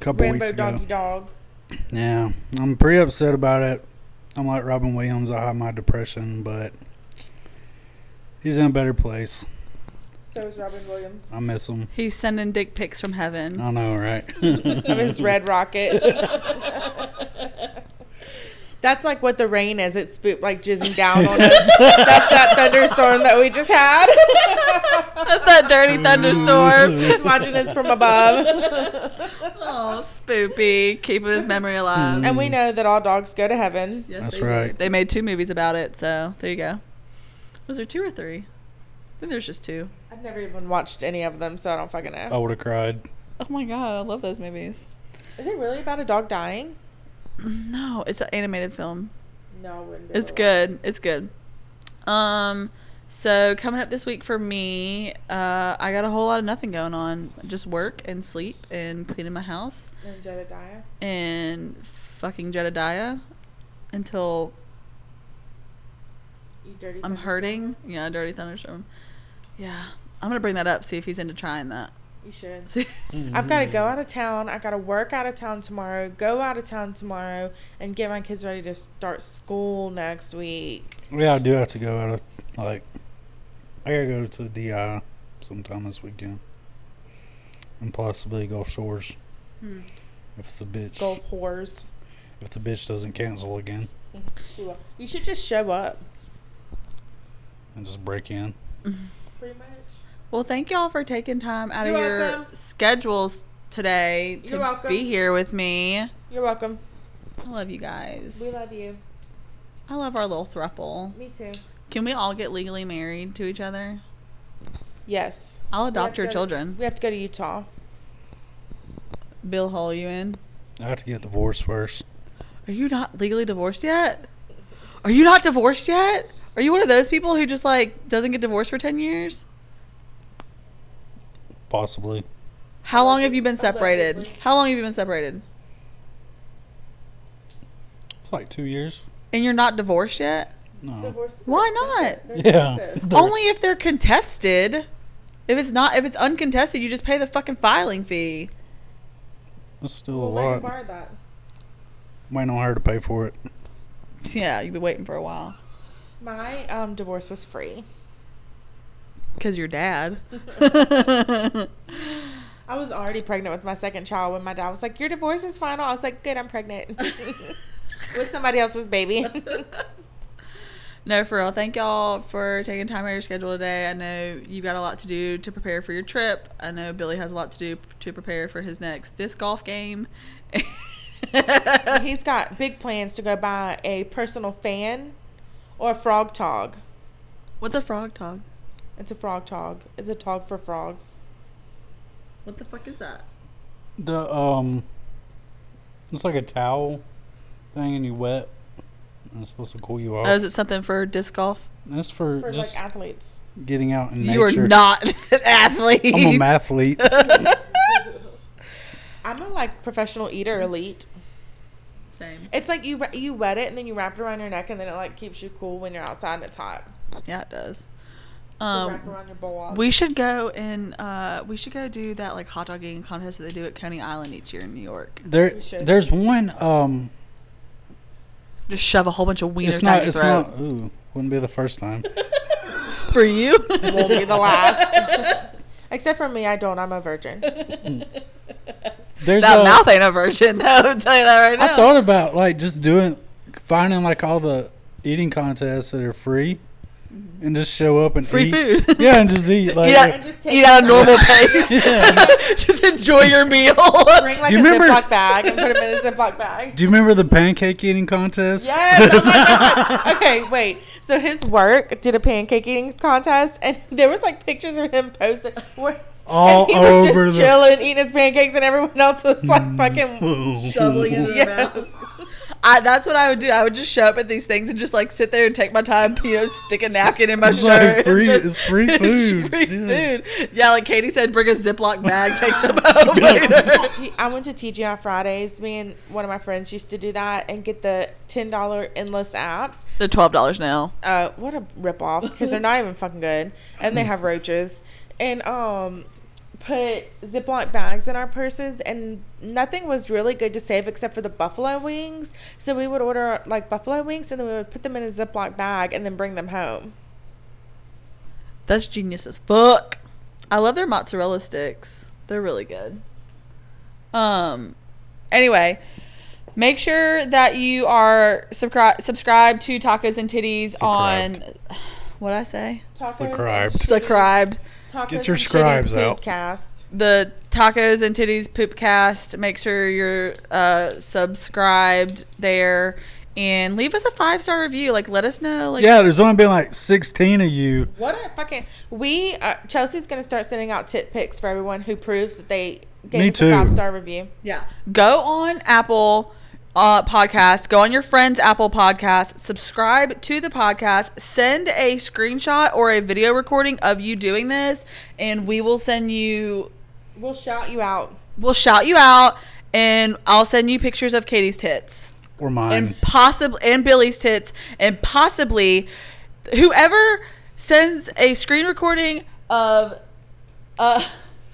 [SPEAKER 2] couple
[SPEAKER 3] Rambo
[SPEAKER 2] weeks ago.
[SPEAKER 3] doggy dog.
[SPEAKER 2] Yeah, I'm pretty upset about it. I'm like Robin Williams. I have my depression, but he's in a better place.
[SPEAKER 3] So is Robin Williams.
[SPEAKER 2] I miss him.
[SPEAKER 1] He's sending dick pics from heaven.
[SPEAKER 2] I know, right?
[SPEAKER 3] Of his red rocket. That's like what the rain is. It's spook like jizzing down on us. That's that thunderstorm that we just had.
[SPEAKER 1] That's that dirty thunderstorm.
[SPEAKER 3] He's watching us from above.
[SPEAKER 1] oh, spoopy. Keeping his memory alive.
[SPEAKER 3] And
[SPEAKER 2] Hmm.
[SPEAKER 3] we know that all dogs go to heaven.
[SPEAKER 1] Yes,
[SPEAKER 2] That's
[SPEAKER 1] they did.
[SPEAKER 2] right.
[SPEAKER 1] They made two movies about it, so there you go. Was there two or three? I think there's just two.
[SPEAKER 3] I've never even watched any of them, so I don't fucking know.
[SPEAKER 2] I would have cried.
[SPEAKER 1] Oh my god, I love those movies.
[SPEAKER 3] Is it really about a dog dying?
[SPEAKER 1] No, it's an animated film.
[SPEAKER 3] No, I wouldn't.
[SPEAKER 1] It's good. It's good. Um, so coming up this week for me, uh, I got a whole lot of nothing going on. Just work and sleep and cleaning my house
[SPEAKER 3] And Jedediah.
[SPEAKER 1] and fucking Jedediah until
[SPEAKER 3] You dirty.
[SPEAKER 1] I'm hurting. Yeah, dirty thunderstorm. Yeah, I'm gonna bring that up. See if he's into trying that.
[SPEAKER 3] You should.
[SPEAKER 1] See.
[SPEAKER 2] Mm.
[SPEAKER 3] I've got to go out of town. I got to work out of town tomorrow. Go out of town tomorrow and get my kids ready to start school next week.
[SPEAKER 2] Yeah, I do have to go out of like. I gotta go to the DI sometime this weekend, and possibly Gulf Shores,
[SPEAKER 1] Hmm.
[SPEAKER 2] if the bitch
[SPEAKER 3] Go whores.
[SPEAKER 2] if the bitch doesn't cancel again
[SPEAKER 3] She will. You should just show up.
[SPEAKER 2] and just break in.
[SPEAKER 3] Pretty much.
[SPEAKER 1] Well, thank y'all for taking time out
[SPEAKER 3] You're
[SPEAKER 1] of your
[SPEAKER 3] welcome.
[SPEAKER 1] schedules today to
[SPEAKER 3] You're welcome.
[SPEAKER 1] be here with me. I
[SPEAKER 3] You're welcome.
[SPEAKER 1] love you guys.
[SPEAKER 3] We love you.
[SPEAKER 1] I love our little thruple.
[SPEAKER 3] Me too.
[SPEAKER 1] Can we all get legally married to each other?
[SPEAKER 3] Yes.
[SPEAKER 1] I'll
[SPEAKER 3] We have
[SPEAKER 1] adopt
[SPEAKER 3] to
[SPEAKER 1] your
[SPEAKER 3] go to-
[SPEAKER 1] children.
[SPEAKER 3] we have to go to Utah.
[SPEAKER 1] Bill Hall, you in?
[SPEAKER 2] I have to get divorced first.
[SPEAKER 1] Are you not legally divorced yet? Are you not divorced yet? Are you one of those people who just like doesn't get divorced for 10 years?
[SPEAKER 2] Possibly
[SPEAKER 1] How long have you been separated?
[SPEAKER 3] Allegedly.
[SPEAKER 1] How long have you been separated?
[SPEAKER 2] it's like two years.
[SPEAKER 1] And you're not divorced yet?
[SPEAKER 2] No.
[SPEAKER 1] Why not?
[SPEAKER 2] Yeah.
[SPEAKER 1] Only if they're contested. If it's not, if it's uncontested, you just pay the fucking filing fee.
[SPEAKER 2] That's still a
[SPEAKER 3] Well, let
[SPEAKER 2] lot.
[SPEAKER 3] him borrow that.
[SPEAKER 2] Waiting on her to pay for it.
[SPEAKER 1] Yeah, you've been waiting for a while.
[SPEAKER 3] My um, divorce was free.
[SPEAKER 1] Because your dad.
[SPEAKER 3] I was already pregnant with my second child when my dad was like, "Your divorce is final." I was like, "Good, I'm pregnant with somebody else's baby."
[SPEAKER 1] no, for real. Thank y'all for taking time out of your schedule today. I know you've got a lot to do to prepare for your trip. I know Billy has a lot to do to prepare for his next disc golf game.
[SPEAKER 3] He's got big plans to go buy a personal fan or a frog tog.
[SPEAKER 1] What's a frog tog?
[SPEAKER 3] It's a frog tog. It's a tog for frogs.
[SPEAKER 1] What the fuck is that?
[SPEAKER 2] The um, it's like a towel thing, and you wet. And it's supposed to cool you off.
[SPEAKER 1] Oh, is it something for disc golf?
[SPEAKER 2] That's for,
[SPEAKER 3] For
[SPEAKER 2] just
[SPEAKER 3] like athletes.
[SPEAKER 2] getting out in
[SPEAKER 1] You
[SPEAKER 2] nature.
[SPEAKER 1] are not an athlete.
[SPEAKER 2] I'm a mathlete.
[SPEAKER 3] I'm a like professional eater elite.
[SPEAKER 1] Same.
[SPEAKER 3] It's like you you wet it and then you wrap it around your neck and then it like keeps you cool when you're outside and it's hot.
[SPEAKER 1] Yeah, it does.
[SPEAKER 3] You wrap
[SPEAKER 1] Um,
[SPEAKER 3] around your ball.
[SPEAKER 1] we should go and uh, we should go do that like hot dog eating contest that they do at Coney Island each year in New York.
[SPEAKER 2] there,
[SPEAKER 3] You should.
[SPEAKER 2] there's one. Um,
[SPEAKER 1] Just shove a whole bunch of wieners
[SPEAKER 2] it's
[SPEAKER 1] down
[SPEAKER 2] not.
[SPEAKER 1] your
[SPEAKER 2] It's
[SPEAKER 1] throat
[SPEAKER 2] not. Ooh, wouldn't be the first time.
[SPEAKER 1] for you.
[SPEAKER 3] won't be the last. Except for me, I don't. I'm a virgin.
[SPEAKER 2] There's
[SPEAKER 1] That
[SPEAKER 2] a-
[SPEAKER 1] mouth ain't a virgin, though. I'm telling you that right now.
[SPEAKER 2] I thought about like just doing, finding like all the eating contests that are free, and just show up and
[SPEAKER 1] free
[SPEAKER 2] eat.
[SPEAKER 1] food.
[SPEAKER 2] Yeah, and just eat. Like,
[SPEAKER 1] Yeah.
[SPEAKER 3] just
[SPEAKER 1] Eat at a normal pace.
[SPEAKER 2] Yeah.
[SPEAKER 1] Just enjoy your meal.
[SPEAKER 3] Bring like
[SPEAKER 2] Do you
[SPEAKER 3] a
[SPEAKER 2] remember-
[SPEAKER 3] Ziploc bag and put them in a Ziploc bag.
[SPEAKER 2] Do you remember the pancake eating contest?
[SPEAKER 3] Yes. Oh my God. Okay, wait. So his work did a pancake eating contest, and there was like pictures of him posing. Where
[SPEAKER 2] all
[SPEAKER 3] and he was
[SPEAKER 2] over
[SPEAKER 3] just
[SPEAKER 2] the. Mm.
[SPEAKER 3] chilling, eating his pancakes, and everyone else was like fucking.
[SPEAKER 1] shoveling it in their
[SPEAKER 3] Yes.
[SPEAKER 1] mouth. I, that's what I would do. I would just show up at these things and just like sit there and take my time, you know, stick a napkin in my
[SPEAKER 2] It's like
[SPEAKER 1] shirt. and
[SPEAKER 2] free-
[SPEAKER 1] just-
[SPEAKER 2] it's free food,
[SPEAKER 1] free
[SPEAKER 2] shit.
[SPEAKER 1] food. Yeah, like Katie said, bring a Ziploc bag, take some home later.
[SPEAKER 3] T- I went to TGI Fridays. Me and one of my friends used to do that and get the ten dollar endless apps.
[SPEAKER 1] They're twelve dollars now.
[SPEAKER 3] Uh, what a ripoff because they're not even fucking good, and they
[SPEAKER 2] Mm.
[SPEAKER 3] have roaches. And um, put Ziploc bags in our purses, and nothing was really good to save except for the buffalo wings. So we would order like buffalo wings, and then we would put them in a Ziploc bag and then bring them home.
[SPEAKER 1] That's genius as fuck. I love their mozzarella sticks. They're really good. Um anyway, make sure that you are subscribe subscribed to Tacos and Titties on what I say?
[SPEAKER 3] Tacos and
[SPEAKER 2] Subscribed.
[SPEAKER 3] shitty-
[SPEAKER 1] Subscribed.
[SPEAKER 3] tacos
[SPEAKER 2] Get your
[SPEAKER 3] and shitties
[SPEAKER 2] scribes out.
[SPEAKER 3] podcast.
[SPEAKER 1] The Tacos and Titties Poopcast. Make sure you're uh subscribed there and leave us a five star review. Like let us know like
[SPEAKER 2] Yeah, there's only been like 16 of you.
[SPEAKER 3] What a fucking we uh, Chelsea's gonna start sending out tit pics for everyone who proves that they gave
[SPEAKER 2] Me
[SPEAKER 3] us
[SPEAKER 2] too.
[SPEAKER 3] a five star review.
[SPEAKER 1] Yeah. Go on Apple uh, podcast. Go on your friend's Apple podcast. Subscribe to the podcast. Send a screenshot or a video recording of you doing this, and we will send you.
[SPEAKER 3] We'll shout you out.
[SPEAKER 1] We'll shout you out, and I'll send you pictures of Katie's tits
[SPEAKER 2] Or mine.
[SPEAKER 1] and possibly and Billy's tits and possibly whoever sends a screen recording of uh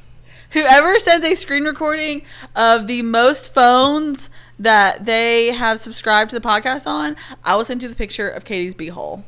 [SPEAKER 1] whoever sends a screen recording of the most phones that they have subscribed to the podcast on, I will send you the picture of Katie's beehole.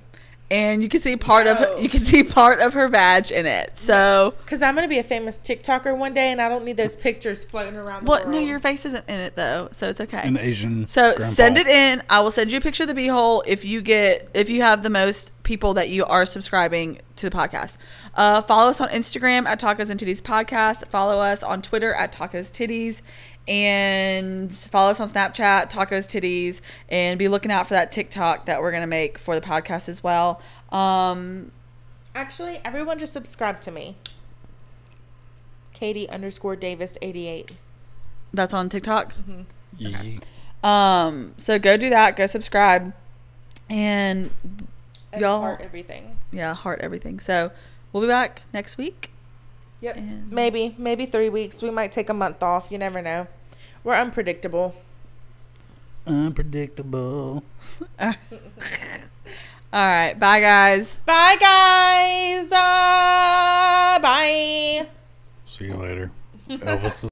[SPEAKER 1] And you can see part
[SPEAKER 3] No.
[SPEAKER 1] of you can see part of her vag in it. So
[SPEAKER 3] Cause I'm gonna be a famous TikToker one day, and I don't need those pictures floating around. The
[SPEAKER 1] what no
[SPEAKER 3] world.
[SPEAKER 1] your face isn't in it though, so it's okay.
[SPEAKER 2] An Asian.
[SPEAKER 1] So
[SPEAKER 2] grandpa.
[SPEAKER 1] send it in. I will send you a picture of the beehole if you get if you have the most people that you are subscribing to the podcast. Uh, follow us on Instagram at Tacos and Titties Podcast. Follow us on Twitter at Tacos Titties, and follow us on Snapchat Tacos Titties. And be looking out for that TikTok that we're gonna make for the podcast as well. Um,
[SPEAKER 3] actually everyone just subscribe to me. Katie underscore Davis eighty eight.
[SPEAKER 1] that's on TikTok.
[SPEAKER 2] Yeah.
[SPEAKER 1] Um, so go do that. Go subscribe, and Y'all-
[SPEAKER 3] Y'all everything.
[SPEAKER 1] yeah, heart everything. So we'll be back next week.
[SPEAKER 3] Yep.
[SPEAKER 1] And-
[SPEAKER 3] Maybe maybe three weeks. We might take a month off. You never know. We're unpredictable.
[SPEAKER 2] Unpredictable.
[SPEAKER 1] All right. Bye, guys.
[SPEAKER 3] Bye guys. Uh, bye.
[SPEAKER 2] See you later. Elvis is